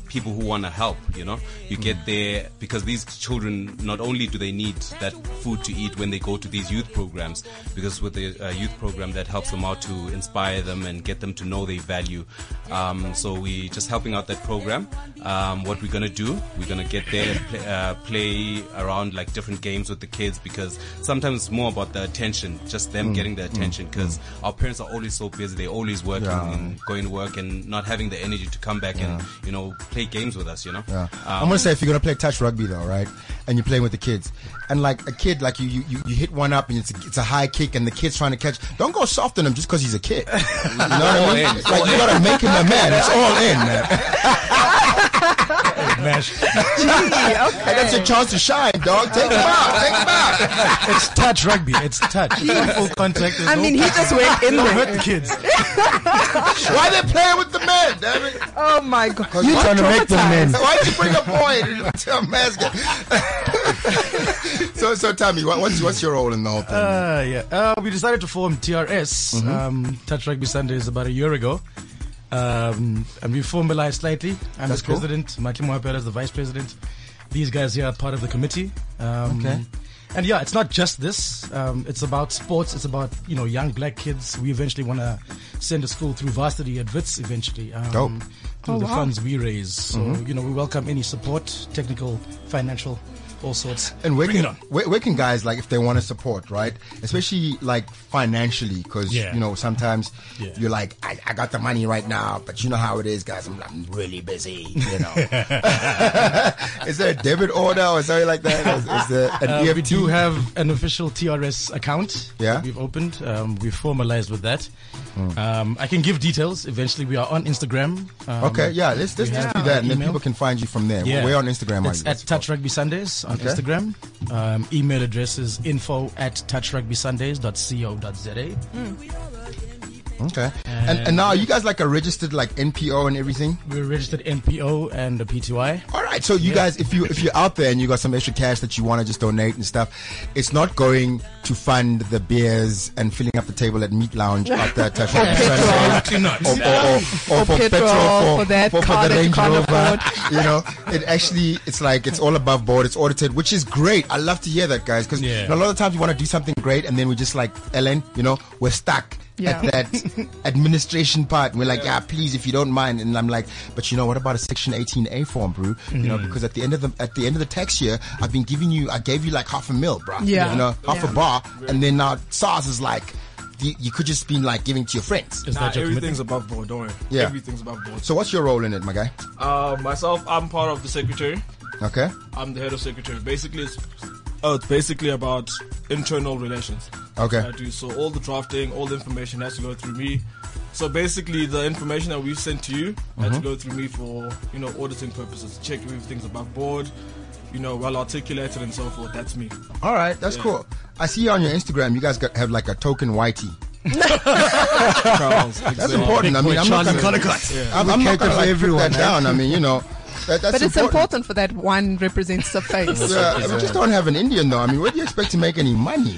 [SPEAKER 5] people who want to help. You know, you get there because these children not only do they need that food to eat when they go to these youth programs, because with the uh, youth program that helps them out to inspire them and get them to know their value. Um, so we just helping out that program. Um, what we're gonna do? We're gonna get there, and play, uh, play around like different games with the kids because sometimes it's more about the attention, just them getting the attention. Because our parents are always so busy; they're always working, and going to work, and not having the energy to come back and you know play games with us. You know.
[SPEAKER 2] Yeah.
[SPEAKER 5] Um,
[SPEAKER 2] I'm gonna say if you're gonna play touch rugby though, right? And you're playing with the kids, and like a kid, like you, you, you- you hit one up and it's a, it's a high kick, and the kid's trying to catch. Don't go soft on him just because he's a kid. You know what I
[SPEAKER 5] All
[SPEAKER 2] mean?
[SPEAKER 5] in.
[SPEAKER 2] Like you gotta make him a man. It's all in, man. And that's your chance to shine, dog. Take him out. Take him out.
[SPEAKER 7] It's touch rugby. It's touch. Full contact.
[SPEAKER 4] I mean, he just went in
[SPEAKER 7] no
[SPEAKER 4] there.
[SPEAKER 7] hurt kids.
[SPEAKER 2] Why they playing with the men, damn it?
[SPEAKER 4] Oh my god!
[SPEAKER 2] You're
[SPEAKER 6] trying to make them men.
[SPEAKER 2] Why'd you bring a boy and tell him ask him? so, so tell me, what, what's, what's your role in the whole thing?
[SPEAKER 7] Uh, yeah. Uh, we decided to form TRS,
[SPEAKER 2] Mm-hmm.
[SPEAKER 7] um, Touch Rugby Sundays, about a year ago. Um, and we formalized slightly. I'm
[SPEAKER 2] That's
[SPEAKER 7] the
[SPEAKER 2] cool.
[SPEAKER 7] president, Michael Mwapela is the vice president. These guys here are part of the committee. Um,
[SPEAKER 2] Okay.
[SPEAKER 7] And yeah, it's not just this. Um, it's about sports. It's about, you know, young black kids. We eventually want to send to school through varsity at WITS eventually. Um,
[SPEAKER 2] Dope.
[SPEAKER 7] Through the funds we raise. So,
[SPEAKER 2] Mm-hmm.
[SPEAKER 7] you know, we welcome any support, technical, financial, all sorts.
[SPEAKER 2] and where
[SPEAKER 7] Bring
[SPEAKER 2] can,
[SPEAKER 7] it on.
[SPEAKER 2] Where, where can guys like if they want to support right especially like financially because
[SPEAKER 7] Yeah.
[SPEAKER 2] you know sometimes
[SPEAKER 7] Yeah.
[SPEAKER 2] you're like I, I got the money right now but you know how it is guys I'm, I'm really busy you know is there a debit order or something like that is, is there an
[SPEAKER 7] Uh,
[SPEAKER 2] EFT
[SPEAKER 7] we do have an official TRS account
[SPEAKER 2] E Yeah. Hmm.
[SPEAKER 7] that we've opened. Um, we've formalized with that. Um, I can give details. Eventually, we are on Instagram. Um,
[SPEAKER 2] okay yeah let's, let's just do that and then people can find you from there
[SPEAKER 7] yeah.
[SPEAKER 2] Oh, we're on Instagram
[SPEAKER 7] It's
[SPEAKER 2] are you?
[SPEAKER 7] at Touch Rugby Sundays on
[SPEAKER 2] Okay.
[SPEAKER 7] Instagram. Um, email address is info at touchrugbysundays.co.za.
[SPEAKER 2] okay and,
[SPEAKER 7] Uh,
[SPEAKER 2] and now are you guys like a registered like NPO and everything
[SPEAKER 7] We're registered NPO and a PTY.
[SPEAKER 2] All right, so you guys, if you if you're out there and you got some extra cash that you want to just donate and stuff, it's not going to fund the beers and filling up the table at Meat Lounge after a touch or
[SPEAKER 7] Absolutely not.
[SPEAKER 2] or, or, or, or for petrol,
[SPEAKER 4] petrol,
[SPEAKER 2] for,
[SPEAKER 4] for that
[SPEAKER 2] for, for
[SPEAKER 4] car
[SPEAKER 2] the
[SPEAKER 4] that you
[SPEAKER 2] Range
[SPEAKER 4] can't
[SPEAKER 2] Rover.
[SPEAKER 4] afford.
[SPEAKER 2] You know, it actually it's like it's all above board, it's audited, which is great. I love to hear that, guys, because
[SPEAKER 7] Yeah.
[SPEAKER 2] a lot of times you want to do something great and then we're just like Ellen, you know, we're stuck.
[SPEAKER 4] Yeah.
[SPEAKER 2] At that administration part, and we're like, yeah. please, if you don't mind, and I'm like, but you know, what about a Section 18A form, bro? You know, because at the end of the at the end of the tax year, I've been giving you, I gave you like half a mil, bro.
[SPEAKER 4] Yeah.
[SPEAKER 2] you know, half
[SPEAKER 4] Yeah.
[SPEAKER 2] a bar, and then now SARS is like, you, you could just be like giving to your friends.
[SPEAKER 7] Is
[SPEAKER 8] Nah,
[SPEAKER 7] that your commitment?
[SPEAKER 8] everything's above board. Don't worry.
[SPEAKER 2] Yeah.
[SPEAKER 8] Everything's above board.
[SPEAKER 2] So what's your role in it, my guy?
[SPEAKER 8] Uh, myself, I'm part of the secretary.
[SPEAKER 2] Okay.
[SPEAKER 8] I'm the head of secretary. Basically, it's, oh, it's basically about internal relations.
[SPEAKER 2] Okay.
[SPEAKER 8] I do so all the drafting, all the information has to go through me. So basically, the information that we've sent to you had
[SPEAKER 9] Mm-hmm.
[SPEAKER 8] to go through me for you know auditing purposes. Check if everything's above board. You know, well articulated and so forth. That's me.
[SPEAKER 2] All right, that's cool. I see you on your Instagram. You guys got, have like a token whitey.
[SPEAKER 8] Charles,
[SPEAKER 2] That's important. I mean, I'm not
[SPEAKER 7] Charlie
[SPEAKER 2] gonna, I'm, I'm not
[SPEAKER 6] cater
[SPEAKER 2] gonna
[SPEAKER 6] for
[SPEAKER 2] like,
[SPEAKER 6] everyone,
[SPEAKER 2] put that
[SPEAKER 6] eh?
[SPEAKER 2] down. I mean, you know, that, that's
[SPEAKER 4] But it's important for that one representative face.
[SPEAKER 2] Yeah, I mean, just don't have an Indian though. I mean, where do you expect to make any money?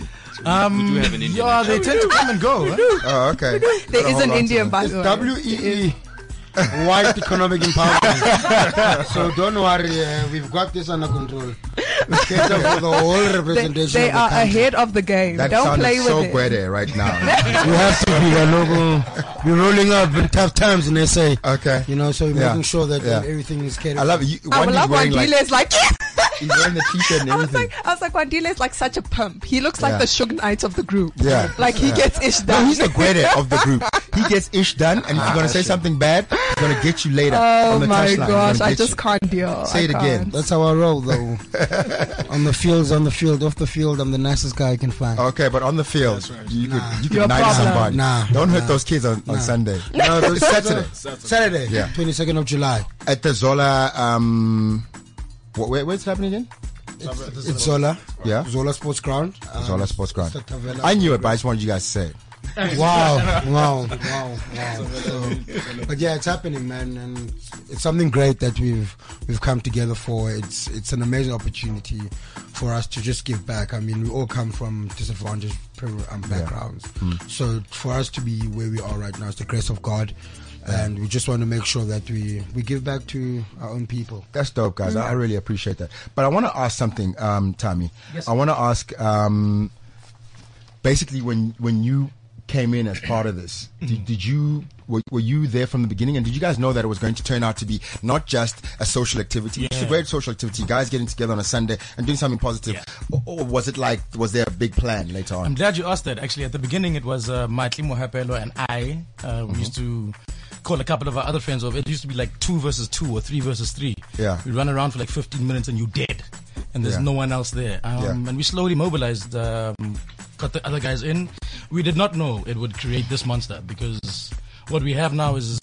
[SPEAKER 5] we
[SPEAKER 7] Um,
[SPEAKER 5] do have an Indian
[SPEAKER 7] Yeah,
[SPEAKER 5] actually.
[SPEAKER 7] they tend to come and go. huh?
[SPEAKER 2] Oh, okay.
[SPEAKER 4] There is
[SPEAKER 2] Hold
[SPEAKER 4] an
[SPEAKER 2] on to
[SPEAKER 4] Indian,
[SPEAKER 2] that.
[SPEAKER 4] by
[SPEAKER 6] It's
[SPEAKER 4] the way.
[SPEAKER 6] WEE, White Economic Empowerment. so don't worry, uh, we've got this under control. We cater for the whole
[SPEAKER 4] They,
[SPEAKER 6] representation
[SPEAKER 4] they
[SPEAKER 6] of the
[SPEAKER 4] are
[SPEAKER 6] country.
[SPEAKER 4] ahead of the game.
[SPEAKER 2] That
[SPEAKER 4] Don't
[SPEAKER 2] sounded
[SPEAKER 4] play with
[SPEAKER 2] so
[SPEAKER 4] it.
[SPEAKER 2] Gwede right now.
[SPEAKER 6] We have to be the local. We're rolling out in tough times in SA.
[SPEAKER 2] okay.
[SPEAKER 6] You know, so we're
[SPEAKER 2] Yeah.
[SPEAKER 6] making sure that uh,
[SPEAKER 2] Yeah.
[SPEAKER 6] everything is catered.
[SPEAKER 2] I love it. You,
[SPEAKER 4] I
[SPEAKER 2] one is
[SPEAKER 4] would love
[SPEAKER 2] wearing
[SPEAKER 4] Wandile
[SPEAKER 2] like,
[SPEAKER 4] is like,
[SPEAKER 2] he's wearing the t-shirt and
[SPEAKER 4] I was
[SPEAKER 2] everything.
[SPEAKER 4] like, I was like, Wandile is like such a pimp. He looks like
[SPEAKER 2] Yeah.
[SPEAKER 4] the Suge Knight of the group.
[SPEAKER 2] Yeah.
[SPEAKER 4] Like he gets ish
[SPEAKER 2] No,
[SPEAKER 4] done.
[SPEAKER 2] he's the Gwede of the group. He gets ish done, and if you're
[SPEAKER 6] Ah,
[SPEAKER 2] gonna say something bad, he's gonna get you later
[SPEAKER 4] oh
[SPEAKER 2] on the touchline.
[SPEAKER 4] my
[SPEAKER 2] He's
[SPEAKER 4] gosh,
[SPEAKER 2] gonna
[SPEAKER 4] I
[SPEAKER 2] get
[SPEAKER 4] just
[SPEAKER 2] you.
[SPEAKER 4] can't deal.
[SPEAKER 2] Say
[SPEAKER 4] I
[SPEAKER 2] it again.
[SPEAKER 4] can't.
[SPEAKER 6] That's how I roll, though. on the fields, on the field, off the field, I'm the nicest guy I can find.
[SPEAKER 2] Okay, but on the field, you could you
[SPEAKER 4] Your
[SPEAKER 2] could knife
[SPEAKER 4] problem.
[SPEAKER 2] somebody.
[SPEAKER 6] Nah,
[SPEAKER 2] Don't hurt
[SPEAKER 6] nah.
[SPEAKER 2] those kids on, on Sunday. No, it's Saturday
[SPEAKER 6] Saturday,
[SPEAKER 2] Yeah.
[SPEAKER 6] 22nd of July.
[SPEAKER 2] at the Zola. Um, wh- where, where's it happening again?
[SPEAKER 6] It's Zola.
[SPEAKER 2] Yeah,
[SPEAKER 6] Zola Sports Ground. Um,
[SPEAKER 2] Zola Sports Ground.
[SPEAKER 6] it's a tavella.
[SPEAKER 2] I knew it, but I just wanted you guys to say it.
[SPEAKER 6] wow, wow, wow, wow. So, but yeah, it's happening, man, and it's something great that we've we've come together for. It's it's an amazing opportunity for us to just give back. I mean, we all come from disadvantaged per- um, backgrounds,
[SPEAKER 9] Hmm.
[SPEAKER 6] so for us to be where we are right now is the grace of God. And we just want to make sure that we, we give back to our own people.
[SPEAKER 2] That's dope, guys. I, I really appreciate that. But I want to ask something, um, Tommy. I want to ask, um, basically, when when you came in as part of this, did, did you were, were you there from the beginning, and did you guys know that it was going to turn out to be not just a social activity? It's a great social activity, guys getting together on a Sunday and doing something positive, or, or was it like was there a big plan later
[SPEAKER 7] I'm
[SPEAKER 2] on?
[SPEAKER 7] glad you asked that. Actually, at the beginning, it was uh, Matli Mohapelo and I. Uh,
[SPEAKER 2] Mm-hmm.
[SPEAKER 7] we used to call a couple of our other friends over. It used to be like two versus two or three versus three.
[SPEAKER 2] Yeah.
[SPEAKER 7] We run around for like 15 minutes and you dead. And there's
[SPEAKER 2] Yeah.
[SPEAKER 7] no one else there. Um,
[SPEAKER 2] Yeah.
[SPEAKER 7] And we slowly mobilized, um, got the other guys in. We did not know it would create this monster because what we have now is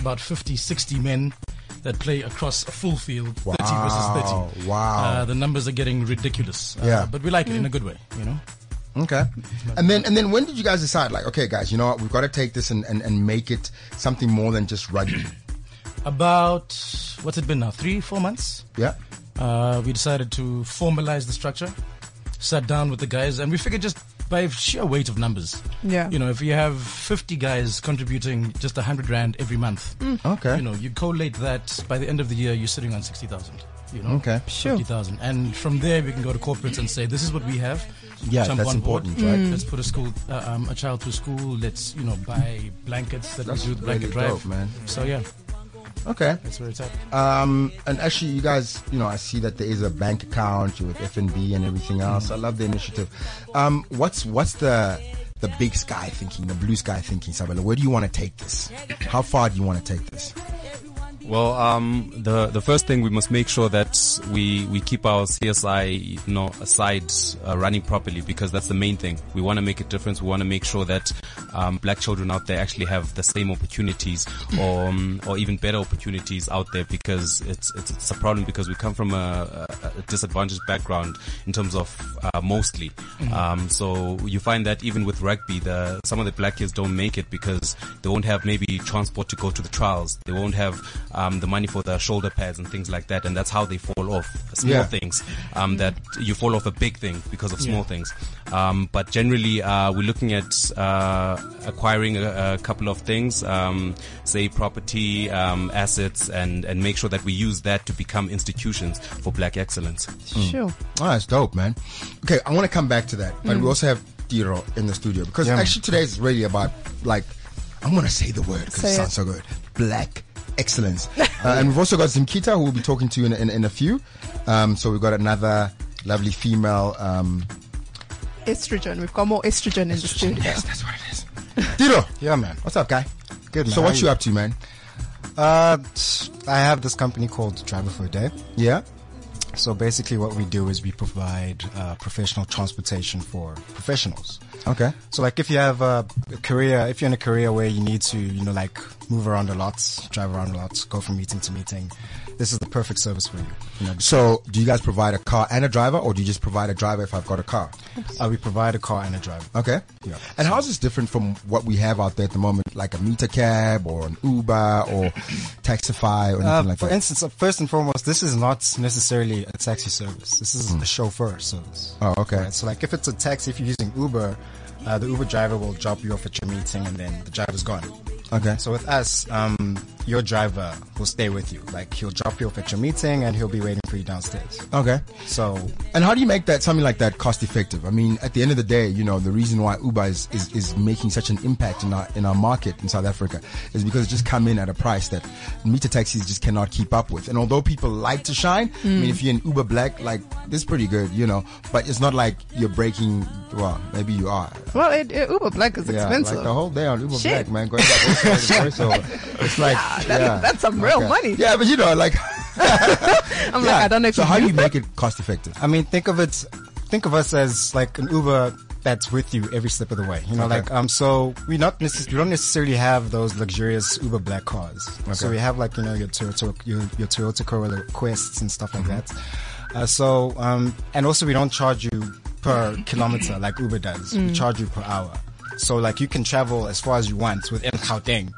[SPEAKER 7] about 50, 60 men that play across a full field, 30
[SPEAKER 2] Wow,
[SPEAKER 7] versus 30.
[SPEAKER 2] wow.
[SPEAKER 7] Uh, the numbers are getting ridiculous. Uh,
[SPEAKER 2] Yeah.
[SPEAKER 7] But we like it in a good way, you know?
[SPEAKER 2] Okay, and then and then when did you guys decide? Like, okay, guys, you know what? We've got to take this and, and, and make it something more than just rugby.
[SPEAKER 7] about what's it been now three four months
[SPEAKER 2] Yeah.
[SPEAKER 7] uh, we decided to formalize the structure sat down with the guys and we figured just by sheer weight of numbers
[SPEAKER 4] Yeah.
[SPEAKER 7] you know if you have 50 guys contributing just 100 rand every month
[SPEAKER 4] Mm.
[SPEAKER 2] Okay.
[SPEAKER 7] you know you collate that by the end of the year you're sitting on 60000 you know
[SPEAKER 2] Okay.
[SPEAKER 4] Sure.
[SPEAKER 7] 50000 and from there we can go to corporates and say this is what we have
[SPEAKER 2] Yeah,
[SPEAKER 7] Jump
[SPEAKER 2] that's
[SPEAKER 7] on board. Mm.
[SPEAKER 2] important, right?
[SPEAKER 7] let's put a school uh, um, a child through school let's you know buy blankets that
[SPEAKER 2] That's
[SPEAKER 7] we do the blanket
[SPEAKER 2] really
[SPEAKER 7] drive
[SPEAKER 2] dope, man.
[SPEAKER 7] so yeah
[SPEAKER 2] Okay.
[SPEAKER 7] that's where it's at
[SPEAKER 2] Um, and actually, you guys, you know, I see that there is a bank account with FNB and everything else. I love the initiative. Um, what's what's the the big sky thinking, the blue sky thinking, Sabela? Where do you want to take this? How far do you want to take this?
[SPEAKER 5] Well, um, the the first thing we must make sure that we we keep our CSI you know, side uh, running properly because that's the main thing. We want to make a difference. We want to make sure that um, black children out there actually have the same opportunities, or um, or even better opportunities out there because it's it's, it's a problem because we come from a, a, a disadvantaged background in terms of uh, mostly. Um, so you find that even with rugby, the some of the black kids don't make it because they won't have maybe transport to go to the trials. They won't have um, the money for their shoulder pads and things like that, and that's how they fall off. Small
[SPEAKER 2] Yeah.
[SPEAKER 5] things um, that you fall off a big thing because of small things. Um, but generally, uh, we're looking at uh, acquiring a, a couple of things, um, say property, um, assets, and and make sure that we use that to become institutions for Black excellence.
[SPEAKER 4] Sure.
[SPEAKER 2] Oh, that's dope, man. Okay, I want to come back to that, but
[SPEAKER 4] Mm.
[SPEAKER 2] we also have Diro in the studio because actually today is really about like I want to say the word because it,
[SPEAKER 4] Say it.
[SPEAKER 2] sounds so good. Black excellence, uh, and we've also got Zimkita who we'll be talking to in in, in a few. Um, so we've got another lovely female. Um,
[SPEAKER 4] Estrogen. We've got more estrogen in the studio.
[SPEAKER 2] yes, that's what it is. Diro,
[SPEAKER 9] Yeah, man.
[SPEAKER 2] what's up, guy?
[SPEAKER 9] Good. Man.
[SPEAKER 2] So what
[SPEAKER 9] How
[SPEAKER 2] you up to, man?
[SPEAKER 9] Uh, t- I have this company called Driver for a Day.
[SPEAKER 2] Yeah.
[SPEAKER 9] So basically, what we do is we provide uh, professional transportation for professionals.
[SPEAKER 2] Okay.
[SPEAKER 9] So like, if you have a, a career, if you're in a career where you need to, you know, like move around a lot, drive around a lot, go from meeting to meeting, this is the perfect service for you. you know,
[SPEAKER 2] So do you guys provide a car and a driver, or do you just provide a driver if I've got a car?
[SPEAKER 9] uh, we provide a car and a driver.
[SPEAKER 2] Okay.
[SPEAKER 9] Yeah.
[SPEAKER 2] And how is this different from what we have out there at the moment, like a meter cab or an Uber or Taxify or anything
[SPEAKER 9] Uh,
[SPEAKER 2] like
[SPEAKER 9] for
[SPEAKER 2] that?
[SPEAKER 9] instance, uh, first and foremost, this is not necessarily actually a taxi service. This is
[SPEAKER 8] Hmm.
[SPEAKER 9] a chauffeur service.
[SPEAKER 2] Oh, okay.
[SPEAKER 9] Right, So like if it's a taxi, if you're using Uber, uh, the Uber driver will drop you off at your meeting and then the driver's gone.
[SPEAKER 2] Okay.
[SPEAKER 9] So with us, um, your driver will stay with you. Like he'll drop you off at your meeting and he'll be waiting for you downstairs.
[SPEAKER 2] Okay.
[SPEAKER 9] So
[SPEAKER 2] And how do you make that something like that cost effective? I mean, at the end of the day, you know, the reason why Uber is, is, is making such an impact in our in our market in South Africa is because it just come in at a price that meter taxis just cannot keep up with. And although people like to shine, I mean, if you're in Uber Black, like this, pretty good, you know. But it's not like you're breaking. Well, maybe you are.
[SPEAKER 4] Well, it, it, Uber Black is
[SPEAKER 2] Yeah,
[SPEAKER 4] expensive.
[SPEAKER 2] like the whole day on Uber
[SPEAKER 4] Shit.
[SPEAKER 2] Black, man, going back and forth, voiceover. It's like
[SPEAKER 4] that-
[SPEAKER 2] yeah.
[SPEAKER 4] that's some real
[SPEAKER 2] Okay.
[SPEAKER 4] money.
[SPEAKER 2] Yeah, but you know, like
[SPEAKER 4] I'm like, I don't know if
[SPEAKER 2] So
[SPEAKER 4] you
[SPEAKER 2] how do
[SPEAKER 4] do
[SPEAKER 2] you make it cost effective?
[SPEAKER 9] I mean, think of it, think of us as like an Uber that's with you every step of the way. You know, like um, so we not necess- we don't necessarily have those luxurious Uber black cars. So we have like you know your Toyota your, your Toyota Corolla Quests and stuff like that.
[SPEAKER 2] Mm-hmm.
[SPEAKER 9] Uh, so um, and also we don't charge you per kilometer like Uber does.
[SPEAKER 4] Mm.
[SPEAKER 9] We charge you per hour. So like you can travel as far as you want within Gauteng.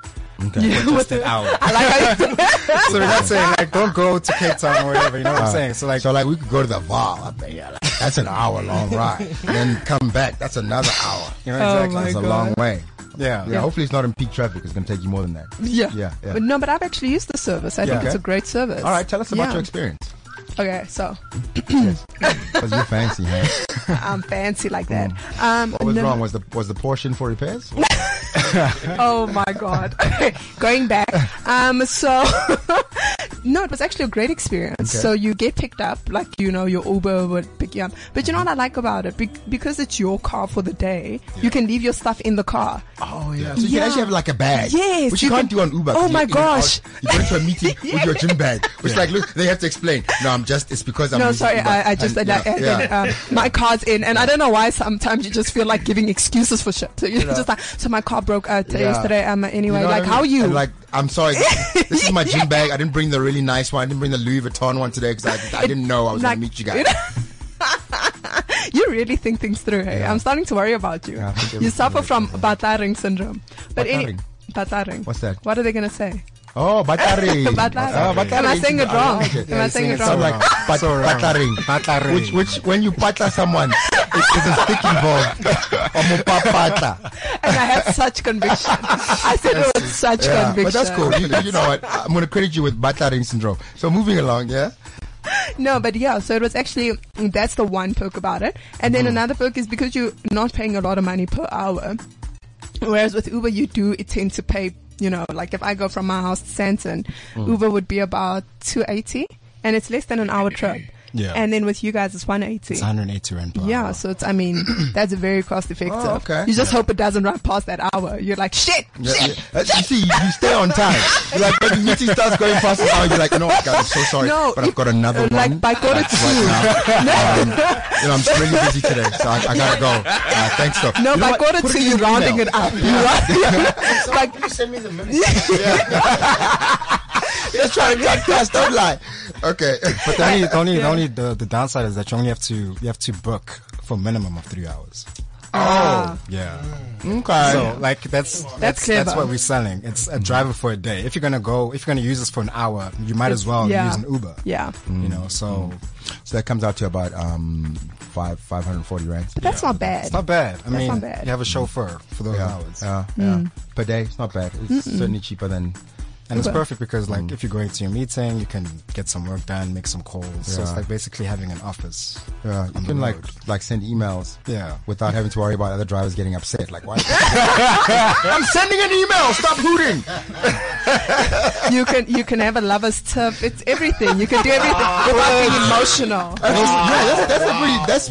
[SPEAKER 9] Okay. For just an hour.
[SPEAKER 4] I like how you
[SPEAKER 9] so we're not saying like don't go to Cape Town or whatever. You know what I'm saying? So like
[SPEAKER 2] Uh, So like we could go to the VAR up there. yeah, Like, that's an hour long ride. And then come back. That's another hour.
[SPEAKER 9] you know,
[SPEAKER 4] Oh
[SPEAKER 9] exactly.
[SPEAKER 2] That's a long way.
[SPEAKER 9] Yeah.
[SPEAKER 2] Yeah, Hopefully it's not in peak traffic. It's gonna take you more than that.
[SPEAKER 4] Yeah.
[SPEAKER 2] Yeah. yeah.
[SPEAKER 4] But no, but I've actually used the service. I think
[SPEAKER 2] Okay.
[SPEAKER 4] it's a great service.
[SPEAKER 2] All right. Tell us about
[SPEAKER 4] Yeah.
[SPEAKER 2] your experience.
[SPEAKER 4] Okay, so
[SPEAKER 2] Because you're fancy, huh?
[SPEAKER 4] I'm fancy like that.
[SPEAKER 2] Mm.
[SPEAKER 4] Um,
[SPEAKER 2] What was
[SPEAKER 4] no-
[SPEAKER 2] wrong? Was the was the portion for repairs?
[SPEAKER 4] Oh my god. Going back. Um, so no, it was actually a great experience.
[SPEAKER 2] Okay.
[SPEAKER 4] So you get picked up, like you know, your Uber would pick you up. But you know what I like about it? Be- because it's your car for the day, you can leave your stuff in the car.
[SPEAKER 2] Oh yeah. So you
[SPEAKER 4] Yeah.
[SPEAKER 2] can actually have like a bag.
[SPEAKER 4] Yes,
[SPEAKER 2] Which you,
[SPEAKER 4] you
[SPEAKER 2] can't
[SPEAKER 4] can-
[SPEAKER 2] do on Uber.
[SPEAKER 4] Oh
[SPEAKER 2] 'cause
[SPEAKER 4] my
[SPEAKER 2] you're in and out.
[SPEAKER 4] gosh.
[SPEAKER 2] You go to a meeting with your gym bag. Which like look, they have to explain. No, I'm just it's because I'm
[SPEAKER 4] no,
[SPEAKER 2] using
[SPEAKER 4] sorry,
[SPEAKER 2] Uber."
[SPEAKER 4] I, I just
[SPEAKER 2] And-
[SPEAKER 4] like,
[SPEAKER 2] yeah,
[SPEAKER 4] and
[SPEAKER 2] yeah.
[SPEAKER 4] then, um, my car's in, and I don't know why. Sometimes you just feel like giving excuses for shit. So you're just like, so my car broke uh, t-
[SPEAKER 2] Yeah.
[SPEAKER 4] yesterday. Um, anyway,
[SPEAKER 2] You know
[SPEAKER 4] like
[SPEAKER 2] what I
[SPEAKER 4] how
[SPEAKER 2] mean?
[SPEAKER 4] you?
[SPEAKER 2] And like, I'm sorry, this, this is my gym bag. I didn't bring the really nice one. I didn't bring the Louis Vuitton one today because I, I didn't know I was
[SPEAKER 4] like-
[SPEAKER 2] gonna meet you guys.
[SPEAKER 4] you really think things through. Hey, I'm starting to worry about you.
[SPEAKER 2] Yeah, I think
[SPEAKER 4] you
[SPEAKER 2] everything
[SPEAKER 4] suffer
[SPEAKER 2] is-
[SPEAKER 4] from Bataring syndrome. But any
[SPEAKER 2] Bataring?
[SPEAKER 4] Bataring.
[SPEAKER 2] What's that?
[SPEAKER 4] What are they gonna say?
[SPEAKER 2] Oh, Batari.
[SPEAKER 4] Bataring. Am I saying it wrong? Am I saying it
[SPEAKER 2] I'm
[SPEAKER 4] wrong?
[SPEAKER 2] like bat- Bataring.
[SPEAKER 9] Bataring.
[SPEAKER 2] Which, which, when you patla someone, it, it's a stick involved. Omopa patla.
[SPEAKER 4] and I had such conviction. I said it with such
[SPEAKER 2] Yeah,
[SPEAKER 4] conviction.
[SPEAKER 2] but that's cool. You, you know what? I'm gonna credit you with Bataring syndrome. So moving along, yeah.
[SPEAKER 4] No, but yeah, so it was actually that's the one perk about it. And
[SPEAKER 2] Mm-hmm.
[SPEAKER 4] then another perk is because you're not paying a lot of money per hour. Whereas with Uber you do tend to pay, you know, like if I go from my house to Santon,
[SPEAKER 2] Mm.
[SPEAKER 4] Uber would be about two eighty and it's less than an hour trip.
[SPEAKER 9] Yeah.
[SPEAKER 4] And then with you guys it's one eighty.
[SPEAKER 9] It's 180 rand per
[SPEAKER 4] Yeah,
[SPEAKER 9] hour.
[SPEAKER 4] so it's I mean, that's very cost effective.
[SPEAKER 2] Oh, okay.
[SPEAKER 4] You just hope it doesn't run past that hour. You're like, shit,
[SPEAKER 2] Yeah,
[SPEAKER 4] shit.
[SPEAKER 2] yeah. Uh, You see, you you stay on time. You're like, but the meeting starts going fast now. You're like, you know what, guys, I'm so sorry,
[SPEAKER 4] No,
[SPEAKER 2] but I've
[SPEAKER 4] if-
[SPEAKER 2] got another
[SPEAKER 4] uh, like
[SPEAKER 2] one.
[SPEAKER 4] by quarter
[SPEAKER 2] That's right now. Um, you know, I'm really busy today, so I, I gotta go. Uh, thanks, though.
[SPEAKER 4] No,
[SPEAKER 2] you know
[SPEAKER 4] by
[SPEAKER 2] what?
[SPEAKER 4] quarter
[SPEAKER 2] Put
[SPEAKER 4] two,
[SPEAKER 2] in
[SPEAKER 4] you're
[SPEAKER 2] an
[SPEAKER 4] rounding
[SPEAKER 2] email.
[SPEAKER 4] it up. You're like,
[SPEAKER 9] send me the minutes?
[SPEAKER 2] Just trying to cut class. Don't lie. Okay,
[SPEAKER 9] But the only, the only, the, only the, the downside is that you only have to you have to book for minimum of three hours.
[SPEAKER 4] ah,
[SPEAKER 9] Yeah.
[SPEAKER 2] okay.
[SPEAKER 9] So like that's that's
[SPEAKER 4] clever.
[SPEAKER 9] that's what we're selling. It's a driver for a day. If you're gonna go, if you're gonna use this for an hour, you might as well
[SPEAKER 4] yeah.
[SPEAKER 9] use an Uber.
[SPEAKER 4] yeah.
[SPEAKER 9] You know, so
[SPEAKER 2] So that comes out to about um five five hundred forty rand.
[SPEAKER 4] But that's not bad.
[SPEAKER 9] it's not bad. I mean,
[SPEAKER 4] not bad. Mm.
[SPEAKER 9] you have a chauffeur for those
[SPEAKER 2] Yeah,
[SPEAKER 9] hours,
[SPEAKER 2] yeah, yeah. Per day, it's not bad. It's certainly cheaper than.
[SPEAKER 9] and it's perfect because
[SPEAKER 2] Mm.
[SPEAKER 9] like if you're going to your meeting, you can get some work done, make some calls. So it's
[SPEAKER 2] Yeah.
[SPEAKER 9] like basically having an office.
[SPEAKER 2] Yeah, you
[SPEAKER 9] on the
[SPEAKER 2] can like
[SPEAKER 9] road.
[SPEAKER 2] like send emails.
[SPEAKER 9] Yeah.
[SPEAKER 2] without having to worry about other drivers getting upset. Like, why? I'm sending an email. Stop hooting.
[SPEAKER 4] You can you can have a lover's tip. It's everything. You can do everything without being emotional.
[SPEAKER 2] And also- yeah, that's, that's a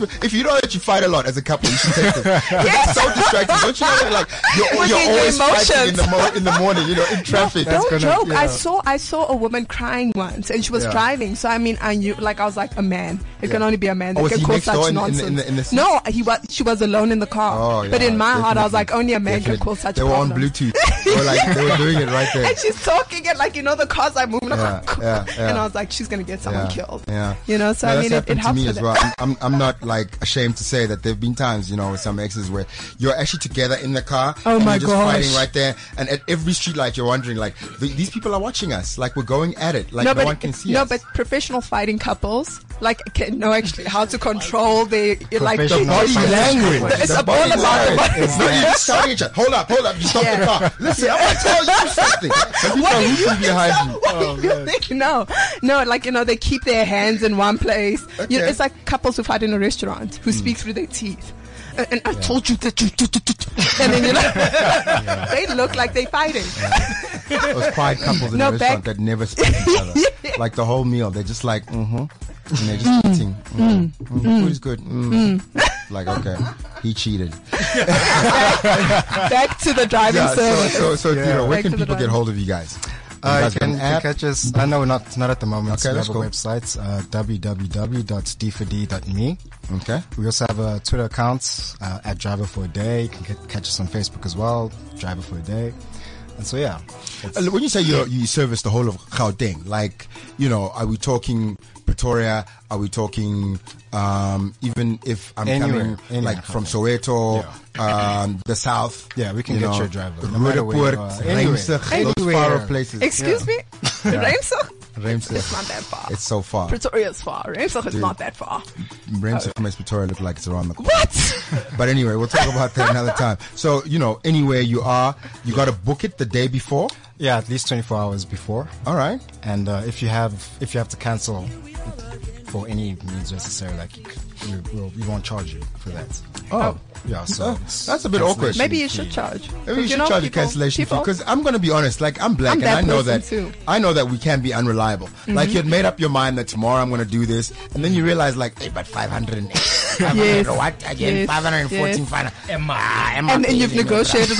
[SPEAKER 2] pretty. That's if you know that you fight a lot as a couple, you should take this. It's so distracting. Don't you know? that, Like you're,
[SPEAKER 4] With
[SPEAKER 2] you're
[SPEAKER 4] your
[SPEAKER 2] always fighting in
[SPEAKER 4] emotions.
[SPEAKER 2] the, mo- in the morning. You know, in traffic.
[SPEAKER 4] Don't joke. I
[SPEAKER 2] yeah.
[SPEAKER 4] saw I saw a woman crying once, and she was
[SPEAKER 2] Yeah.
[SPEAKER 4] driving. So I mean, I knew like I was like a man. It can
[SPEAKER 2] Yeah.
[SPEAKER 4] only be a man
[SPEAKER 2] Oh,
[SPEAKER 4] that
[SPEAKER 2] was
[SPEAKER 4] can
[SPEAKER 2] he
[SPEAKER 4] cause
[SPEAKER 2] next door
[SPEAKER 4] such
[SPEAKER 2] in the- in
[SPEAKER 4] nonsense.
[SPEAKER 2] the- in the seat?
[SPEAKER 4] no, he was she was alone in the car.
[SPEAKER 2] Oh, yeah,
[SPEAKER 4] but in my heart, I was
[SPEAKER 2] definitely.
[SPEAKER 4] like, only a man can
[SPEAKER 2] Definitely.
[SPEAKER 4] cause such
[SPEAKER 2] They were on
[SPEAKER 4] problems.
[SPEAKER 2] Bluetooth. They were like they were doing it right there.
[SPEAKER 4] And she's talking and like you know the cars are moving. I'm
[SPEAKER 2] Yeah,
[SPEAKER 4] like,
[SPEAKER 2] yeah, yeah.
[SPEAKER 4] And I was like, she's gonna get someone killed.
[SPEAKER 2] Yeah.
[SPEAKER 4] You know, so
[SPEAKER 2] No,
[SPEAKER 4] I
[SPEAKER 2] that's
[SPEAKER 4] mean, it, it
[SPEAKER 2] happened
[SPEAKER 4] helps
[SPEAKER 2] to me
[SPEAKER 4] with
[SPEAKER 2] as
[SPEAKER 4] that.
[SPEAKER 2] well. I'm, I'm, I'm not like ashamed to say that there've been times, you know, with some exes where you're actually together in the car.
[SPEAKER 4] Oh
[SPEAKER 2] and
[SPEAKER 4] my
[SPEAKER 2] you're just
[SPEAKER 4] gosh.
[SPEAKER 2] Fighting right there, and at every street light, you're wondering like th- these people are watching us. Like we're going at it. Like no,
[SPEAKER 4] but
[SPEAKER 2] one can see
[SPEAKER 4] no,
[SPEAKER 2] us.
[SPEAKER 4] but professional fighting couples like okay, no, actually, how to control the like
[SPEAKER 9] Professional
[SPEAKER 2] Body
[SPEAKER 9] Body
[SPEAKER 2] language.
[SPEAKER 4] It's
[SPEAKER 2] The
[SPEAKER 4] all
[SPEAKER 2] body
[SPEAKER 4] about the
[SPEAKER 2] language.
[SPEAKER 4] body
[SPEAKER 2] It's not you just shouting at each other. Hold up, hold up. You stop the
[SPEAKER 4] Yeah.
[SPEAKER 2] car. Listen, I'm going to tell you something. Oh, The people
[SPEAKER 4] What
[SPEAKER 2] are
[SPEAKER 4] do you
[SPEAKER 2] rooting behind you.
[SPEAKER 4] What do you think? No, no, like you know, they keep their hands in one place. You know,
[SPEAKER 2] Okay. Hmm.
[SPEAKER 4] it's like couples who fight in a restaurant who speak through their teeth. And, and I told you that you, do, do, do, do. and then you like, they look like they're fighting.
[SPEAKER 2] Those quiet couples in
[SPEAKER 4] No,
[SPEAKER 2] the restaurant
[SPEAKER 4] back-
[SPEAKER 2] that never speak to each other. Like the whole meal, they're just like, mm-hmm. And they're just eating. Mm, mm, Food is good. Mm. Like, okay, he cheated.
[SPEAKER 4] Back to the driving
[SPEAKER 2] Yeah, so,
[SPEAKER 4] service.
[SPEAKER 2] so, so you know, where
[SPEAKER 4] Back
[SPEAKER 2] can
[SPEAKER 4] to the
[SPEAKER 2] people get
[SPEAKER 4] drive.
[SPEAKER 2] hold of you guys?
[SPEAKER 9] Uh,
[SPEAKER 2] you guys
[SPEAKER 9] you
[SPEAKER 2] got
[SPEAKER 9] can,
[SPEAKER 2] an
[SPEAKER 9] you can
[SPEAKER 2] app?
[SPEAKER 9] catch us. Uh, no, not not at the moment.
[SPEAKER 2] Okay,
[SPEAKER 9] we
[SPEAKER 2] that's
[SPEAKER 9] have a
[SPEAKER 2] cool.
[SPEAKER 9] website, uh, www.d4d.me.
[SPEAKER 2] Okay.
[SPEAKER 9] We also have a Twitter account uh, at Driver for a Day. You can get, catch us on Facebook as well, Driver for a Day. And so yeah,
[SPEAKER 2] Uh, look, When you say you you service the whole of Gauteng, like you know, are we talking Pretoria? Are we talking um, even if I'm
[SPEAKER 9] Anywhere,
[SPEAKER 2] coming
[SPEAKER 9] anywhere,
[SPEAKER 2] like from Soweto, um, the south?
[SPEAKER 9] Yeah, we can
[SPEAKER 2] you
[SPEAKER 9] get
[SPEAKER 2] know,
[SPEAKER 9] you a driver, no matter where you
[SPEAKER 2] Rudepoort,
[SPEAKER 9] are. Anywhere.
[SPEAKER 2] Reimsdijk, those far off places.
[SPEAKER 4] Excuse me, Ramsar.
[SPEAKER 2] Reimsdijk.
[SPEAKER 4] It's not that far.
[SPEAKER 2] It's so far.
[SPEAKER 4] Pretoria is far. Ramsar is not that far.
[SPEAKER 2] Reimsdijk makes Pretoria look like it's around the corner.
[SPEAKER 4] What?
[SPEAKER 2] But anyway, we'll talk about that another time. So you know, anywhere you are, you got to book it the day before.
[SPEAKER 9] yeah, at least 24 hours before.
[SPEAKER 2] All right.
[SPEAKER 9] And uh, if you have if you have to cancel for any means necessary, like you, c- we, we'll, we won't charge you for that.
[SPEAKER 2] Oh.
[SPEAKER 9] Yeah, so
[SPEAKER 2] Oh,
[SPEAKER 9] it's-
[SPEAKER 2] that's a bit awkward.
[SPEAKER 4] Maybe you should charge.
[SPEAKER 2] Maybe you
[SPEAKER 4] Because,
[SPEAKER 2] should
[SPEAKER 4] know,
[SPEAKER 2] charge a
[SPEAKER 4] people-
[SPEAKER 2] cancellation fee
[SPEAKER 4] people-
[SPEAKER 2] because I'm going to be honest. Like I'm black
[SPEAKER 4] I'm
[SPEAKER 2] and
[SPEAKER 4] that
[SPEAKER 2] I know
[SPEAKER 4] person
[SPEAKER 2] that
[SPEAKER 4] too. Mm-hmm.
[SPEAKER 2] I know that we can be unreliable. Like you had made up your mind that tomorrow I'm going to do this, and then you realize like, hey, but 500,
[SPEAKER 4] Yes.
[SPEAKER 2] what again?
[SPEAKER 4] Yes.
[SPEAKER 2] 514,
[SPEAKER 4] Yes.
[SPEAKER 2] final. Ah,
[SPEAKER 4] and then you've negotiated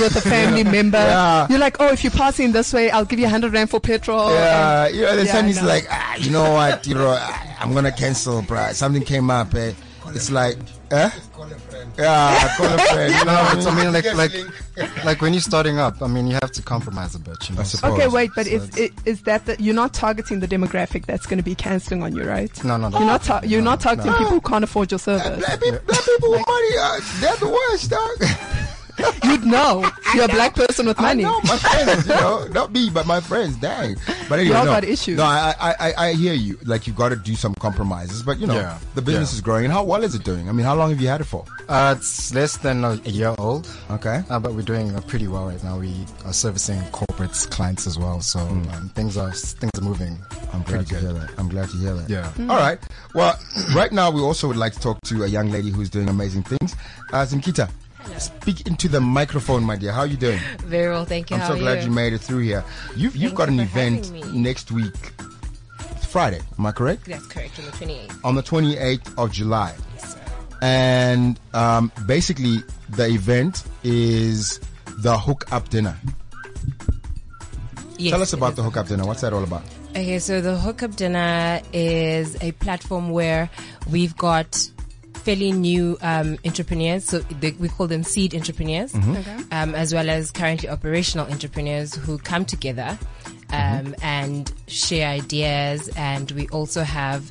[SPEAKER 4] with a family member.
[SPEAKER 2] Yeah.
[SPEAKER 4] You're like, oh, if you pass in this way, I'll give you 100 rand for petrol.
[SPEAKER 2] Yeah, you know, the
[SPEAKER 4] Yeah,
[SPEAKER 2] son
[SPEAKER 4] I
[SPEAKER 2] is
[SPEAKER 4] know.
[SPEAKER 2] like, ah, you know what, you know, I- I'm gonna cancel, bruh. Something came up, eh? It's like, eh?
[SPEAKER 6] Call a friend.
[SPEAKER 2] Yeah, call a friend. You know
[SPEAKER 9] No,
[SPEAKER 2] what
[SPEAKER 9] it's,
[SPEAKER 2] I
[SPEAKER 9] I
[SPEAKER 2] mean?
[SPEAKER 9] mean, like, like, like when you're starting up, I mean, you have to compromise a bit. You know?
[SPEAKER 2] I
[SPEAKER 9] so-
[SPEAKER 2] suppose.
[SPEAKER 4] Okay, wait, but is, i- is that the, you're not targeting the demographic that's going to be canceling on you, right?
[SPEAKER 9] No, no, no.
[SPEAKER 4] You're not ta- you're not targeting
[SPEAKER 2] no.
[SPEAKER 4] people who can't afford your service.
[SPEAKER 2] Black people, black people with money, uh, they're the worst, dog.
[SPEAKER 4] You'd know you're a black person with money.
[SPEAKER 2] I know my friends, you know, not me, but my friends. Dang. But anyway,
[SPEAKER 4] Y'all
[SPEAKER 2] no,
[SPEAKER 4] got issues.
[SPEAKER 2] No, I, I, I- I hear you. Like you've got to do some compromises, but you know,
[SPEAKER 9] Yeah.
[SPEAKER 2] the business is growing. And how well is it doing? I mean, how long have you had it for?
[SPEAKER 9] Uh, it's less than a, a year old.
[SPEAKER 2] Okay.
[SPEAKER 9] Uh, but we're doing uh, pretty well right now. We are servicing corporate clients as well, so um, things are things are moving.
[SPEAKER 2] I'm glad to hear that. I'm glad to hear that.
[SPEAKER 9] Yeah.
[SPEAKER 2] All right. Well, right now we also would like to talk to a young lady who's doing amazing things. Uh, Zimkita, speak into the microphone, my dear. How are you doing?
[SPEAKER 10] Very well, thank you.
[SPEAKER 2] I'm
[SPEAKER 10] How
[SPEAKER 2] so
[SPEAKER 10] are
[SPEAKER 2] glad you? made it through here. You've you've
[SPEAKER 10] Thank
[SPEAKER 2] got
[SPEAKER 10] you
[SPEAKER 2] an
[SPEAKER 10] for
[SPEAKER 2] event
[SPEAKER 10] having me.
[SPEAKER 2] next week, Friday. Am I correct?
[SPEAKER 10] That's correct. On the 28th.
[SPEAKER 2] on the 28th of July. And um, basically, the event is the hookup dinner.
[SPEAKER 10] Yes,
[SPEAKER 2] Tell us
[SPEAKER 10] it
[SPEAKER 2] about
[SPEAKER 10] is
[SPEAKER 2] the hookup dinner. What's that all about?
[SPEAKER 10] Okay, so the hookup dinner is a platform where we've got fairly new um, entrepreneurs. So they, we call them seed entrepreneurs, um, as well as currently operational entrepreneurs who come together um, and share ideas. And we also have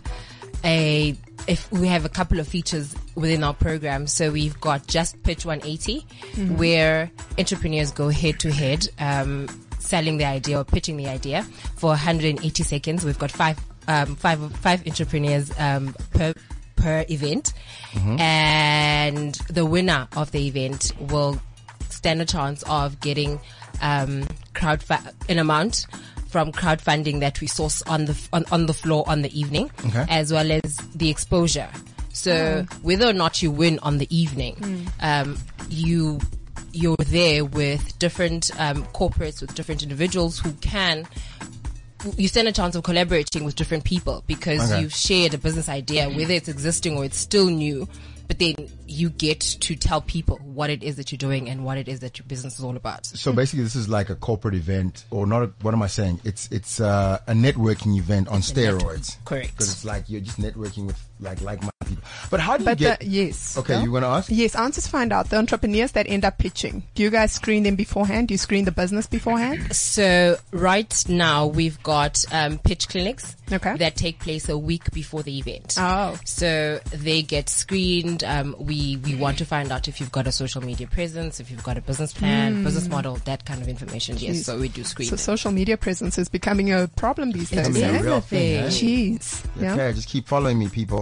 [SPEAKER 10] a if we have a couple of features within our program. So we've got just pitch 180, where entrepreneurs go head to head. um, selling the idea or pitching the idea for 180 seconds. We've got five, um, five, five entrepreneurs um, per per event, and the winner of the event will stand a chance of getting um, crowd an amount from crowdfunding that we source on the f- on, on the floor on the evening,
[SPEAKER 2] Okay.
[SPEAKER 10] as well as the exposure. So whether or not you win on the evening, um, you you're there with different um, corporates, with different individuals who can. You stand a chance of collaborating with different people because
[SPEAKER 2] Okay.
[SPEAKER 10] you've shared a business idea, whether it's existing or it's still new. But then you get to tell people what it is that you're doing and what it is that your business is all about.
[SPEAKER 2] So basically, this is like a corporate event, or not? A, what am I saying? It's it's uh, a networking event on
[SPEAKER 10] a net-
[SPEAKER 2] steroids.
[SPEAKER 10] correct.
[SPEAKER 2] Because it's like you're just networking with like like my people. But uh, how do
[SPEAKER 4] But
[SPEAKER 2] you
[SPEAKER 4] the,
[SPEAKER 2] get?
[SPEAKER 4] yes.
[SPEAKER 2] Okay, you want to ask?
[SPEAKER 4] Yes, I want to find out the entrepreneurs that end up pitching. Do you guys screen them beforehand? Do you screen the business beforehand?
[SPEAKER 10] So right now we've got um, pitch clinics
[SPEAKER 4] Okay.
[SPEAKER 10] that take place a week before the event.
[SPEAKER 4] Oh.
[SPEAKER 10] So they get screened. Um, we we want to find out if you've got a social media presence, if you've got a business plan, business model, that kind of information. Yes, so we do screen.
[SPEAKER 4] So
[SPEAKER 10] them.
[SPEAKER 4] social media presence is becoming a problem these
[SPEAKER 10] It's
[SPEAKER 4] days.
[SPEAKER 2] a
[SPEAKER 4] eh?
[SPEAKER 2] real thing, eh?
[SPEAKER 4] Jeez. Yeah.
[SPEAKER 2] Okay, just keep following me, people.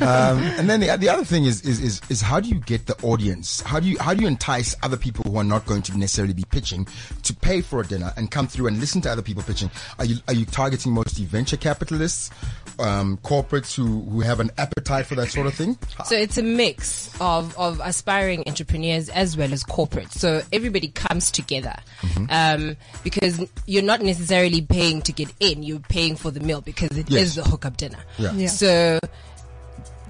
[SPEAKER 2] um, and then the, the other thing is, is is is how do you get the audience? How do you how do you entice other people who are not going to necessarily be pitching to pay for a dinner and come through and listen to other people pitching? Are you are you targeting mostly venture capitalists, um, corporates who who have an appetite for that sort of thing?
[SPEAKER 10] So it's a mix of, of aspiring entrepreneurs as well as corporate. So everybody comes together
[SPEAKER 2] Mm-hmm.
[SPEAKER 10] um, because you're not necessarily paying to get in. You're paying for the meal because it is
[SPEAKER 2] Yes.
[SPEAKER 10] the hookup dinner.
[SPEAKER 2] Yeah.
[SPEAKER 4] Yeah.
[SPEAKER 10] So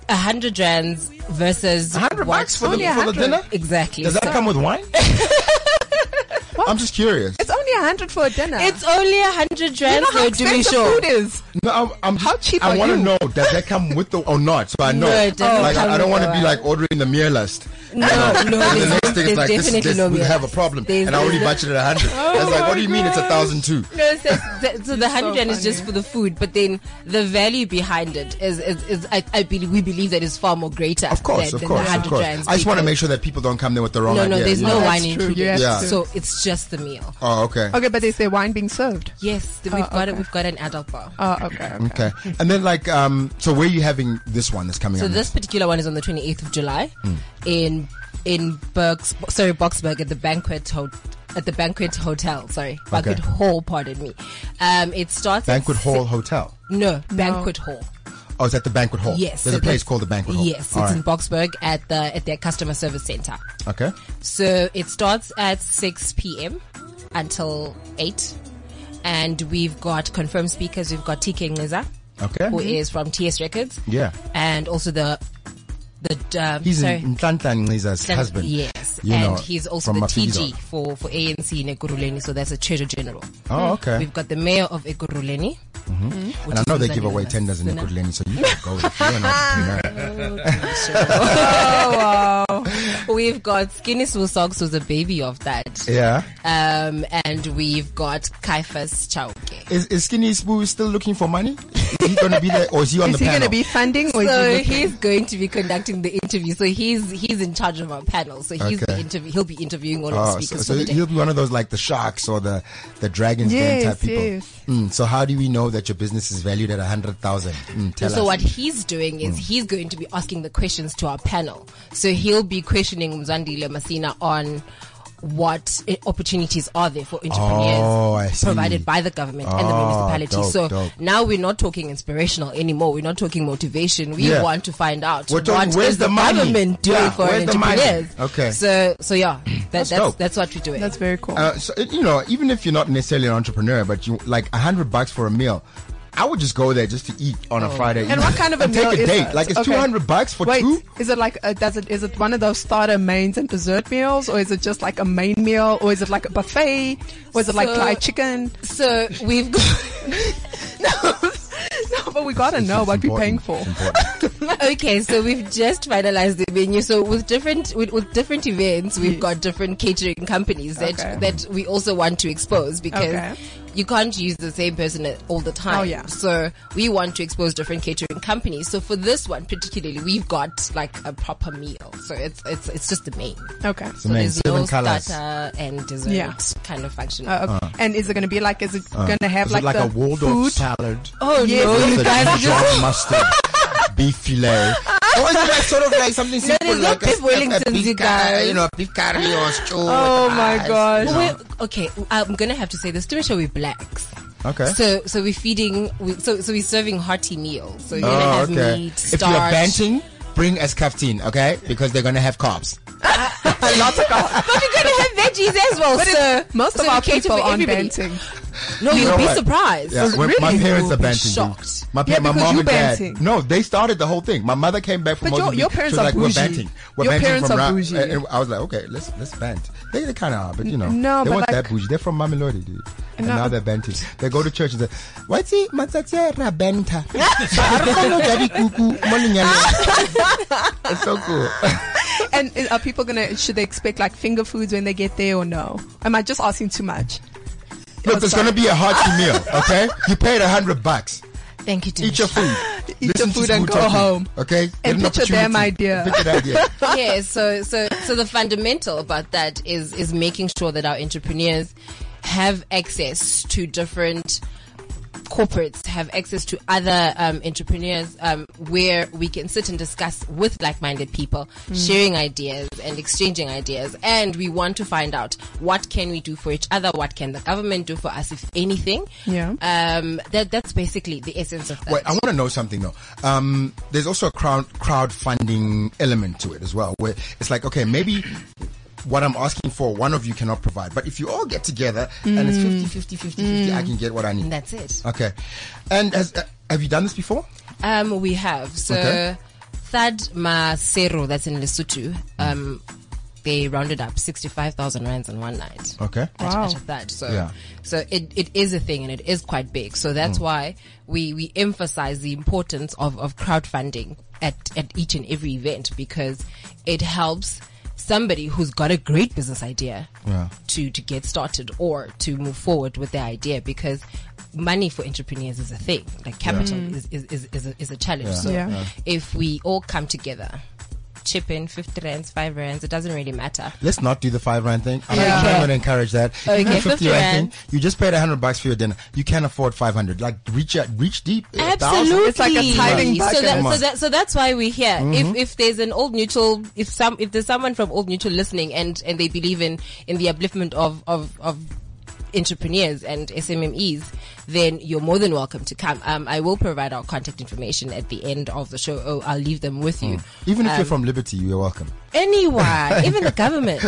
[SPEAKER 10] a hundred rands versus
[SPEAKER 2] hundred
[SPEAKER 10] what-
[SPEAKER 2] bucks for the,
[SPEAKER 4] Only a
[SPEAKER 2] for the
[SPEAKER 4] hundred.
[SPEAKER 2] dinner?
[SPEAKER 10] Exactly.
[SPEAKER 2] Does that
[SPEAKER 10] So
[SPEAKER 2] come with wine? I'm just curious.
[SPEAKER 4] It's only a hundred for a dinner.
[SPEAKER 10] it's only a hundred
[SPEAKER 4] you know how
[SPEAKER 10] rands. so do we
[SPEAKER 4] expensive
[SPEAKER 10] sure?
[SPEAKER 4] food is.
[SPEAKER 2] No, I'm, I'm
[SPEAKER 4] How cheap
[SPEAKER 2] I
[SPEAKER 4] are
[SPEAKER 2] want to
[SPEAKER 4] you?
[SPEAKER 2] know does that come with the or not? So I know.
[SPEAKER 10] No, it doesn't
[SPEAKER 2] like
[SPEAKER 10] come
[SPEAKER 2] I, I don't
[SPEAKER 10] with
[SPEAKER 2] want to
[SPEAKER 10] the
[SPEAKER 2] be
[SPEAKER 10] wine.
[SPEAKER 2] like ordering the meal list.
[SPEAKER 10] No, no,
[SPEAKER 2] And the
[SPEAKER 10] there's,
[SPEAKER 2] next thing is
[SPEAKER 10] there's
[SPEAKER 2] like this,
[SPEAKER 10] definitely
[SPEAKER 2] this
[SPEAKER 10] no
[SPEAKER 2] we
[SPEAKER 10] meal.
[SPEAKER 2] have a problem,
[SPEAKER 10] There's- Oh
[SPEAKER 2] and I already
[SPEAKER 10] there's-
[SPEAKER 2] budgeted a hundred. I was like, what do you mean it's a thousand two?
[SPEAKER 10] No, so, so the hundred rand is
[SPEAKER 4] funny.
[SPEAKER 10] just for the food, but then the value behind it is, is, is I, I believe we believe that is far more greater.
[SPEAKER 2] Of course,
[SPEAKER 10] than,
[SPEAKER 2] of
[SPEAKER 10] than
[SPEAKER 2] course,
[SPEAKER 10] the
[SPEAKER 2] of
[SPEAKER 10] 100
[SPEAKER 2] course.
[SPEAKER 10] rands
[SPEAKER 2] I just want to
[SPEAKER 10] because-
[SPEAKER 2] make sure that people don't come there with the wrong
[SPEAKER 10] No,
[SPEAKER 2] idea.
[SPEAKER 10] no, there's
[SPEAKER 2] you
[SPEAKER 10] no
[SPEAKER 2] know?
[SPEAKER 4] That's
[SPEAKER 10] wine
[SPEAKER 4] true,
[SPEAKER 10] included.
[SPEAKER 4] you have
[SPEAKER 2] Yeah. to.
[SPEAKER 10] So it's just the meal.
[SPEAKER 2] Oh, okay.
[SPEAKER 4] Okay, but is there wine being served?
[SPEAKER 10] Yes, then
[SPEAKER 4] Oh,
[SPEAKER 10] we've got it.
[SPEAKER 4] okay.
[SPEAKER 10] We've got an adult bar.
[SPEAKER 4] Oh, okay. okay.
[SPEAKER 2] Okay. And then like, um, so where are you having this one that's coming
[SPEAKER 10] So
[SPEAKER 2] up?
[SPEAKER 10] this particular one is on the 28th of July
[SPEAKER 2] Hmm.
[SPEAKER 10] in in Berks, sorry, Boxburg at the banquet hotel. At the banquet hotel, sorry, banquet
[SPEAKER 2] Okay.
[SPEAKER 10] hall. Pardon me. Um, it starts at
[SPEAKER 2] banquet hall
[SPEAKER 10] si-
[SPEAKER 2] hotel?
[SPEAKER 10] no, banquet hall.
[SPEAKER 2] Oh, it's at the banquet hall.
[SPEAKER 10] Yes,
[SPEAKER 2] There's
[SPEAKER 10] so
[SPEAKER 2] a place
[SPEAKER 10] that's-
[SPEAKER 2] called the banquet hall.
[SPEAKER 10] Yes,
[SPEAKER 2] All
[SPEAKER 10] it's
[SPEAKER 2] right.
[SPEAKER 10] in Boxburg at the at their customer service center.
[SPEAKER 2] Okay.
[SPEAKER 10] So it starts at 6 p.m. until 8. And we've got confirmed speakers. We've got TK Niza,
[SPEAKER 2] Okay.
[SPEAKER 10] who is from TS Records.
[SPEAKER 2] Yeah.
[SPEAKER 10] And also the, the, um,
[SPEAKER 2] He's
[SPEAKER 10] Uh, sorry.
[SPEAKER 2] in Ntlantan Liza's
[SPEAKER 10] Sam-
[SPEAKER 2] husband.
[SPEAKER 10] Yes.
[SPEAKER 2] You know,
[SPEAKER 10] and he's also
[SPEAKER 2] from
[SPEAKER 10] the
[SPEAKER 2] Mapizo.
[SPEAKER 10] TG for, for ANC in Ekuruleni. So that's the treasure general.
[SPEAKER 2] Oh, okay. Mm-hmm.
[SPEAKER 10] We've got the mayor of Ekuruleni.
[SPEAKER 2] and I know they give away tenders in the Kudleni, so you can go. If you're an entrepreneur.
[SPEAKER 10] We've got Skinny Swusogs, who's the baby of that.
[SPEAKER 2] Yeah.
[SPEAKER 10] Um, and we've got Kaifas Chauke.
[SPEAKER 2] Is, is Skinny Spoo still looking for money? Is he going to be there, or is he on
[SPEAKER 4] Is
[SPEAKER 2] the
[SPEAKER 4] he going
[SPEAKER 2] panel?
[SPEAKER 4] to be funding or
[SPEAKER 10] So
[SPEAKER 4] is he
[SPEAKER 10] he's going to be conducting the interview. So he's he's in charge of our panel. So he's the
[SPEAKER 2] Okay.
[SPEAKER 10] interview. He'll be interviewing all
[SPEAKER 2] Oh,
[SPEAKER 10] of the
[SPEAKER 2] so,
[SPEAKER 10] speakers
[SPEAKER 2] so
[SPEAKER 10] for the day.
[SPEAKER 2] he'll be one of those like the sharks or the the dragons den
[SPEAKER 4] Yes,
[SPEAKER 2] type people.
[SPEAKER 4] yes.
[SPEAKER 2] Mm, so how do we know that your business is valued at a hundred thousand? Mm, tell
[SPEAKER 10] So
[SPEAKER 2] us.
[SPEAKER 10] what he's doing
[SPEAKER 9] Hmm.
[SPEAKER 10] is he's going to be asking the questions to our panel. So he'll be questioning Mzandile Masina on what i- opportunities are there for entrepreneurs
[SPEAKER 2] Oh, I see.
[SPEAKER 10] provided by the government and the
[SPEAKER 2] Oh,
[SPEAKER 10] municipality.
[SPEAKER 2] dope,
[SPEAKER 10] so
[SPEAKER 2] dope.
[SPEAKER 10] now we're not talking inspirational anymore. We're not talking motivation. We
[SPEAKER 2] Yeah.
[SPEAKER 10] want to find out
[SPEAKER 2] We're talking,
[SPEAKER 10] what
[SPEAKER 2] where's
[SPEAKER 10] is
[SPEAKER 2] the money?
[SPEAKER 10] government doing
[SPEAKER 2] Yeah,
[SPEAKER 10] for
[SPEAKER 2] where's the money?
[SPEAKER 10] entrepreneurs.
[SPEAKER 2] Okay.
[SPEAKER 10] So so yeah, that,
[SPEAKER 2] That's
[SPEAKER 10] that's that's,
[SPEAKER 2] dope.
[SPEAKER 10] what we're doing.
[SPEAKER 4] That's very cool.
[SPEAKER 2] Uh, so it- you know, even if you're not necessarily an entrepreneur, but you like a hundred bucks for a meal. I would just go there just to eat on
[SPEAKER 10] Oh.
[SPEAKER 2] a Friday.
[SPEAKER 4] and
[SPEAKER 2] evening
[SPEAKER 4] what kind of a
[SPEAKER 2] and
[SPEAKER 4] meal
[SPEAKER 2] take a
[SPEAKER 4] is
[SPEAKER 2] date?
[SPEAKER 4] that?
[SPEAKER 2] Like it's
[SPEAKER 4] Okay.
[SPEAKER 2] two hundred bucks for
[SPEAKER 4] Wait,
[SPEAKER 2] two.
[SPEAKER 4] is it like a, does it is it one of those starter mains and dessert meals, or is it just like a main meal, or is it like a buffet, or is it like
[SPEAKER 10] So-
[SPEAKER 4] fried chicken?
[SPEAKER 10] so Uh, we've got
[SPEAKER 4] No, but we gotta know
[SPEAKER 2] It's
[SPEAKER 4] what we're
[SPEAKER 2] important.
[SPEAKER 4] paying for.
[SPEAKER 2] It's important.
[SPEAKER 10] okay, so we've just finalized the menu. So with different with, with different events, we've got different catering companies that
[SPEAKER 4] Okay.
[SPEAKER 10] that we also want to expose because
[SPEAKER 4] Okay.
[SPEAKER 10] you can't use the same person at- all the time.
[SPEAKER 4] Oh, yeah.
[SPEAKER 10] So we want to expose different catering companies. So for this one particularly, we've got like a proper meal. So it's it's it's just the main.
[SPEAKER 4] Okay.
[SPEAKER 2] the
[SPEAKER 10] so
[SPEAKER 2] main,
[SPEAKER 10] there's
[SPEAKER 2] seven
[SPEAKER 10] no
[SPEAKER 2] colours.
[SPEAKER 10] starter and dessert
[SPEAKER 4] Yeah.
[SPEAKER 10] kind of function.
[SPEAKER 4] Uh, okay. and is it gonna be like? Is it gonna
[SPEAKER 2] Uh,
[SPEAKER 4] have
[SPEAKER 2] Is
[SPEAKER 4] like,
[SPEAKER 2] it like
[SPEAKER 4] the
[SPEAKER 2] a Waldorf
[SPEAKER 4] food?
[SPEAKER 2] salad?
[SPEAKER 10] oh
[SPEAKER 4] yes.
[SPEAKER 10] no,
[SPEAKER 2] with
[SPEAKER 10] you
[SPEAKER 2] the
[SPEAKER 10] guys are just
[SPEAKER 2] Dijon mustard, beef fillet. Or is it like sort of like something simple
[SPEAKER 10] there's no
[SPEAKER 2] like
[SPEAKER 10] beef Wellingtons, you guys.
[SPEAKER 2] you know, beef curry or stew?
[SPEAKER 4] Oh my gosh.
[SPEAKER 10] Well, okay, I'm gonna have to say this to make sure we're blacks.
[SPEAKER 2] Okay.
[SPEAKER 10] So, so we're feeding. We, so, so we're serving hearty meals. So you're gonna
[SPEAKER 2] oh,
[SPEAKER 10] have
[SPEAKER 2] okay.
[SPEAKER 10] meat,
[SPEAKER 2] if you're
[SPEAKER 10] starch.
[SPEAKER 2] banting, bring as captain, okay? Because they're gonna have carbs.
[SPEAKER 10] but you're gonna have veggies as well,
[SPEAKER 4] But
[SPEAKER 10] sir.
[SPEAKER 4] it's- most
[SPEAKER 10] So
[SPEAKER 4] of
[SPEAKER 10] we
[SPEAKER 4] our
[SPEAKER 10] cater
[SPEAKER 4] people
[SPEAKER 10] for
[SPEAKER 4] aren't
[SPEAKER 10] everybody.
[SPEAKER 4] banting.
[SPEAKER 10] No, you'll
[SPEAKER 2] know
[SPEAKER 10] be
[SPEAKER 2] what?
[SPEAKER 10] surprised.
[SPEAKER 2] Yeah, when- my parents
[SPEAKER 10] You
[SPEAKER 2] are
[SPEAKER 10] will be
[SPEAKER 2] banting. dude.
[SPEAKER 10] Shocked.
[SPEAKER 2] My, pa-
[SPEAKER 4] Yeah,
[SPEAKER 2] my
[SPEAKER 4] because
[SPEAKER 2] mom
[SPEAKER 4] you
[SPEAKER 2] and dad.
[SPEAKER 4] banting.
[SPEAKER 2] No, they started the whole thing. My mother came back from
[SPEAKER 4] But your-
[SPEAKER 2] Mozambique.
[SPEAKER 4] your parents
[SPEAKER 2] she was
[SPEAKER 4] are
[SPEAKER 2] like,
[SPEAKER 4] bougie.
[SPEAKER 2] We're banting. We're
[SPEAKER 4] Your
[SPEAKER 2] banting
[SPEAKER 4] parents
[SPEAKER 2] from
[SPEAKER 4] are
[SPEAKER 2] Ra-"
[SPEAKER 4] bougie.
[SPEAKER 2] And I was like, okay, let's let's bant. They, they kind of are, but you know,
[SPEAKER 4] no,
[SPEAKER 2] they
[SPEAKER 4] but
[SPEAKER 2] weren't
[SPEAKER 4] like-
[SPEAKER 2] that bougie. They're from Mamelodi, dude. And
[SPEAKER 4] No.
[SPEAKER 2] now they're banting. They go to church and say, "What's it? Matsatse rabenta." I don't know, daddy kuku, morning, yellow." It's so cool.
[SPEAKER 4] And uh, are people gonna? Should they expect like finger foods when they get there, or no? Am I just asking too much? Oh,
[SPEAKER 2] Look, there's gonna be a hearty meal. Okay, you paid a hundred bucks.
[SPEAKER 10] Thank you,
[SPEAKER 2] Eat your
[SPEAKER 10] Dinesh.
[SPEAKER 2] food.
[SPEAKER 4] Eat your
[SPEAKER 2] Listen to
[SPEAKER 4] food and
[SPEAKER 2] Smooth
[SPEAKER 4] go
[SPEAKER 2] Talking,
[SPEAKER 4] home.
[SPEAKER 2] Okay. Get
[SPEAKER 4] And
[SPEAKER 2] an
[SPEAKER 4] picture them
[SPEAKER 2] opportunity.
[SPEAKER 4] idea.
[SPEAKER 2] Pick an idea.
[SPEAKER 10] yeah, so so so the fundamental about that is is making sure that our entrepreneurs have access to different corporates have access to other um, entrepreneurs um, where we can sit and discuss with like-minded people sharing ideas and exchanging ideas and we want to find out what can we do for each other what can the government do for us if anything
[SPEAKER 4] Yeah.
[SPEAKER 10] um, that that's basically the essence of that
[SPEAKER 2] Wait, I want to know something though. Um, there's also a crowd crowdfunding element to it as well, where it's like, okay, maybe what I'm asking for, one of you cannot provide, but if you all get together and
[SPEAKER 4] Mm.
[SPEAKER 2] it's 50, 50, 50, 50, I can get what I
[SPEAKER 10] and
[SPEAKER 2] need.
[SPEAKER 10] that's it
[SPEAKER 2] Okay. And has, uh, have you done this before?
[SPEAKER 10] Um, we have so
[SPEAKER 2] Okay.
[SPEAKER 10] Thad Masero, that's in Lesotho. Um, they rounded up sixty-five thousand rands in one night.
[SPEAKER 2] Okay.
[SPEAKER 10] Out,
[SPEAKER 4] Wow.
[SPEAKER 10] out of that, so
[SPEAKER 2] Yeah.
[SPEAKER 10] so it, it is a thing and it is quite big. So that's why we we emphasize the importance of of crowdfunding at at each and every event because it helps somebody who's got a great business idea
[SPEAKER 2] Yeah.
[SPEAKER 10] to to get started or to move forward with their idea because money for entrepreneurs is a thing like capital
[SPEAKER 8] Mm.
[SPEAKER 10] is, is, is, is, a, is a challenge so
[SPEAKER 4] Yeah. Yeah.
[SPEAKER 10] if we all come together chip in 50 rands 5 rands it doesn't really matter
[SPEAKER 2] Let's not do the five rand thing. I'm
[SPEAKER 10] Yeah.
[SPEAKER 2] not- I'm
[SPEAKER 10] Okay.
[SPEAKER 2] not going to encourage that.
[SPEAKER 10] Okay,
[SPEAKER 2] Even the
[SPEAKER 10] 50 rand.
[SPEAKER 2] thing, you just paid hundred bucks for your dinner. You can't afford five hundred. Like reach out, reach deep. A thousand?
[SPEAKER 10] Absolutely.
[SPEAKER 4] It's like a tithing
[SPEAKER 10] So,
[SPEAKER 4] bucket.
[SPEAKER 10] that,
[SPEAKER 2] Come
[SPEAKER 10] so,
[SPEAKER 2] on.
[SPEAKER 10] that, so that's why we're here.
[SPEAKER 2] Mm-hmm.
[SPEAKER 10] If, if there's an old mutual, if some, if there's someone from old mutual listening and, and they believe in, in the upliftment of, of, of entrepreneurs and SMMEs, then you're more than welcome to come. Um, I will provide our contact information at the end of the show. Oh, I'll leave them with you.
[SPEAKER 2] Mm. Even if
[SPEAKER 10] Um,
[SPEAKER 2] you're from Liberty, you're welcome.
[SPEAKER 10] anyone, even the government.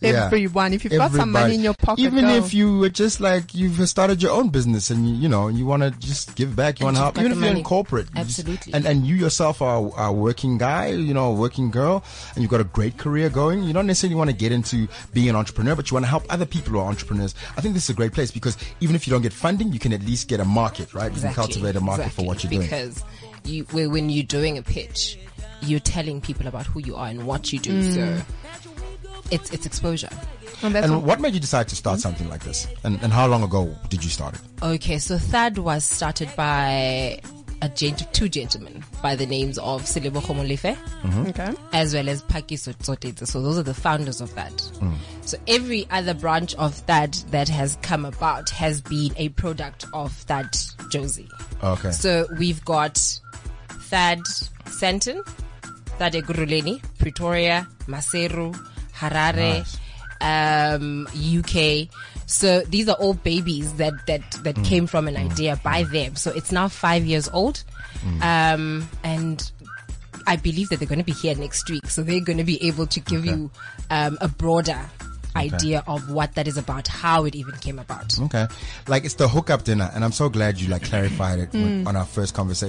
[SPEAKER 2] Yeah.
[SPEAKER 4] Everyone, if you've got some money in your pocket,
[SPEAKER 2] Even
[SPEAKER 4] go.
[SPEAKER 2] if you were just like you've started your own business and you, you know you want to just give back, you
[SPEAKER 10] And
[SPEAKER 2] want to
[SPEAKER 10] you've
[SPEAKER 2] help. Even
[SPEAKER 10] got the
[SPEAKER 2] if you're in
[SPEAKER 10] money.
[SPEAKER 2] corporate, you just-
[SPEAKER 10] Absolutely.
[SPEAKER 2] and and you yourself are are a working guy, you know, a working girl, and you've got a great career going. You don't necessarily want to get into being an entrepreneur, but you want to help other people who are entrepreneurs. I think this is a great place because even if you don't get funding, you can at least get a market, right? You can cultivate a market for what you're doing.
[SPEAKER 10] Because you, when when you're doing a pitch, you're telling people about who you are and what you do. So it's it's exposure.
[SPEAKER 4] And that's
[SPEAKER 2] and what made you decide to start something like this? And, and how long ago did you start it?
[SPEAKER 10] Okay, so Thad was started by a gent- two gentlemen by the names of Selebo Khomolefe
[SPEAKER 2] mm-hmm.
[SPEAKER 4] okay.
[SPEAKER 10] as well as Pakiso Tsotete. So those are the founders of that. So every other branch of that that has come about has been a product of that Josie.
[SPEAKER 2] Okay.
[SPEAKER 10] So we've got Thad Santon, Thad Eguruleni, Pretoria, Maseru, Harare, um, UK. So these are all babies that that that came from an idea by them. So it's now five years old, um, and I believe that they're going to be here next week. So they're going to be able to give you um, a broader idea of what that is about, how it even came about.
[SPEAKER 2] Okay, like it's the hookup dinner, and I'm so glad you like clarified it when, on our first conversation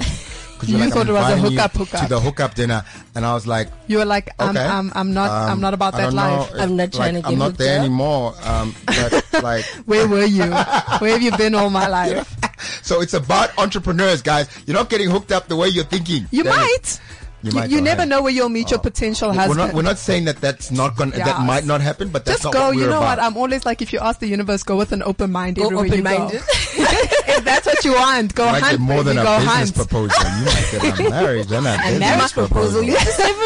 [SPEAKER 2] because
[SPEAKER 4] Mm. You
[SPEAKER 2] like, I'm
[SPEAKER 4] thought it was a
[SPEAKER 2] inviting you
[SPEAKER 4] hookup, hookup.
[SPEAKER 2] to the hookup dinner, and I was like,
[SPEAKER 4] You were like, um,
[SPEAKER 2] okay,
[SPEAKER 4] um, I'm not,
[SPEAKER 2] um,
[SPEAKER 4] I'm not about
[SPEAKER 2] I
[SPEAKER 4] that
[SPEAKER 2] don't
[SPEAKER 4] life.
[SPEAKER 2] know,
[SPEAKER 10] I'm not
[SPEAKER 2] like,
[SPEAKER 10] trying to
[SPEAKER 2] I'm
[SPEAKER 10] get
[SPEAKER 2] not
[SPEAKER 10] hooked
[SPEAKER 2] there
[SPEAKER 10] up.
[SPEAKER 2] anymore. Um, but like,
[SPEAKER 4] Where were you? Where have you been all my life?
[SPEAKER 2] so it's about entrepreneurs, guys. You're not getting hooked up the way you're thinking.
[SPEAKER 4] You
[SPEAKER 2] Damn it.
[SPEAKER 4] might.
[SPEAKER 2] You
[SPEAKER 4] You,
[SPEAKER 2] might
[SPEAKER 4] you
[SPEAKER 2] not,
[SPEAKER 4] never
[SPEAKER 2] hey.
[SPEAKER 4] know where you'll meet your potential
[SPEAKER 2] We're
[SPEAKER 4] husband.
[SPEAKER 2] not, we're not saying that that's not gonna, that
[SPEAKER 4] Yes.
[SPEAKER 2] might not happen, but that's
[SPEAKER 4] Just
[SPEAKER 2] not
[SPEAKER 4] go.
[SPEAKER 2] what we're
[SPEAKER 4] You know
[SPEAKER 2] about.
[SPEAKER 4] what? I'm always like, if you ask the universe, go with an open mind.
[SPEAKER 10] Go
[SPEAKER 4] everywhere you
[SPEAKER 10] open-minded.
[SPEAKER 4] if that's what you want, go
[SPEAKER 2] You might
[SPEAKER 4] hunt.
[SPEAKER 2] get more than
[SPEAKER 4] baby,
[SPEAKER 2] a
[SPEAKER 4] go
[SPEAKER 2] business
[SPEAKER 4] hunt.
[SPEAKER 2] proposal. You might get a marriage, then a business
[SPEAKER 10] marriage
[SPEAKER 2] proposal.
[SPEAKER 10] You just never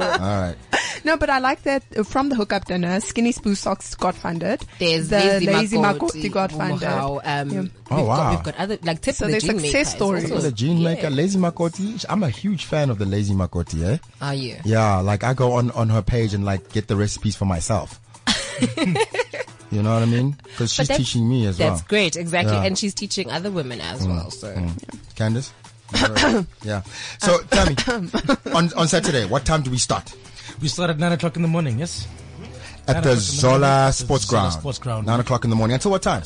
[SPEAKER 2] All right.
[SPEAKER 4] No, but I like that uh, from the hookup dinner, Skinny Spoo Socks got funded.
[SPEAKER 10] There's
[SPEAKER 4] the
[SPEAKER 10] Lazy,
[SPEAKER 4] Lazy
[SPEAKER 10] Makoti,
[SPEAKER 4] Makoti got
[SPEAKER 10] Momo
[SPEAKER 4] funded.
[SPEAKER 10] Hau, Um,
[SPEAKER 4] Yeah.
[SPEAKER 10] we've
[SPEAKER 2] Oh, wow.
[SPEAKER 10] Got, we've got other like tips.
[SPEAKER 4] So
[SPEAKER 10] of the
[SPEAKER 4] there's
[SPEAKER 10] gene
[SPEAKER 4] success
[SPEAKER 10] maker is
[SPEAKER 4] stories.
[SPEAKER 10] also-
[SPEAKER 2] The gene
[SPEAKER 10] yeah.
[SPEAKER 2] maker, Lazy Makoti. I'm a huge fan of the Lazy Makoti, eh?
[SPEAKER 10] Are you?
[SPEAKER 2] Yeah, like I go on on her page and like get the recipes for myself. you know what I mean? Because she's
[SPEAKER 10] that's-
[SPEAKER 2] teaching me as
[SPEAKER 10] That's
[SPEAKER 2] well.
[SPEAKER 10] great, exactly.
[SPEAKER 2] Yeah.
[SPEAKER 10] And she's teaching other women uh, as well. So
[SPEAKER 2] Candice. yeah. So tell me, on on Saturday, what time do we start?
[SPEAKER 7] We start at nine o'clock in the morning.
[SPEAKER 2] at
[SPEAKER 7] Yes. Nine
[SPEAKER 2] the
[SPEAKER 7] o'clock in the morning
[SPEAKER 2] Zola
[SPEAKER 7] at the
[SPEAKER 2] Sports
[SPEAKER 7] Zola
[SPEAKER 2] Ground.
[SPEAKER 7] Sports Ground.
[SPEAKER 2] Nine o'clock in the morning. Until what time?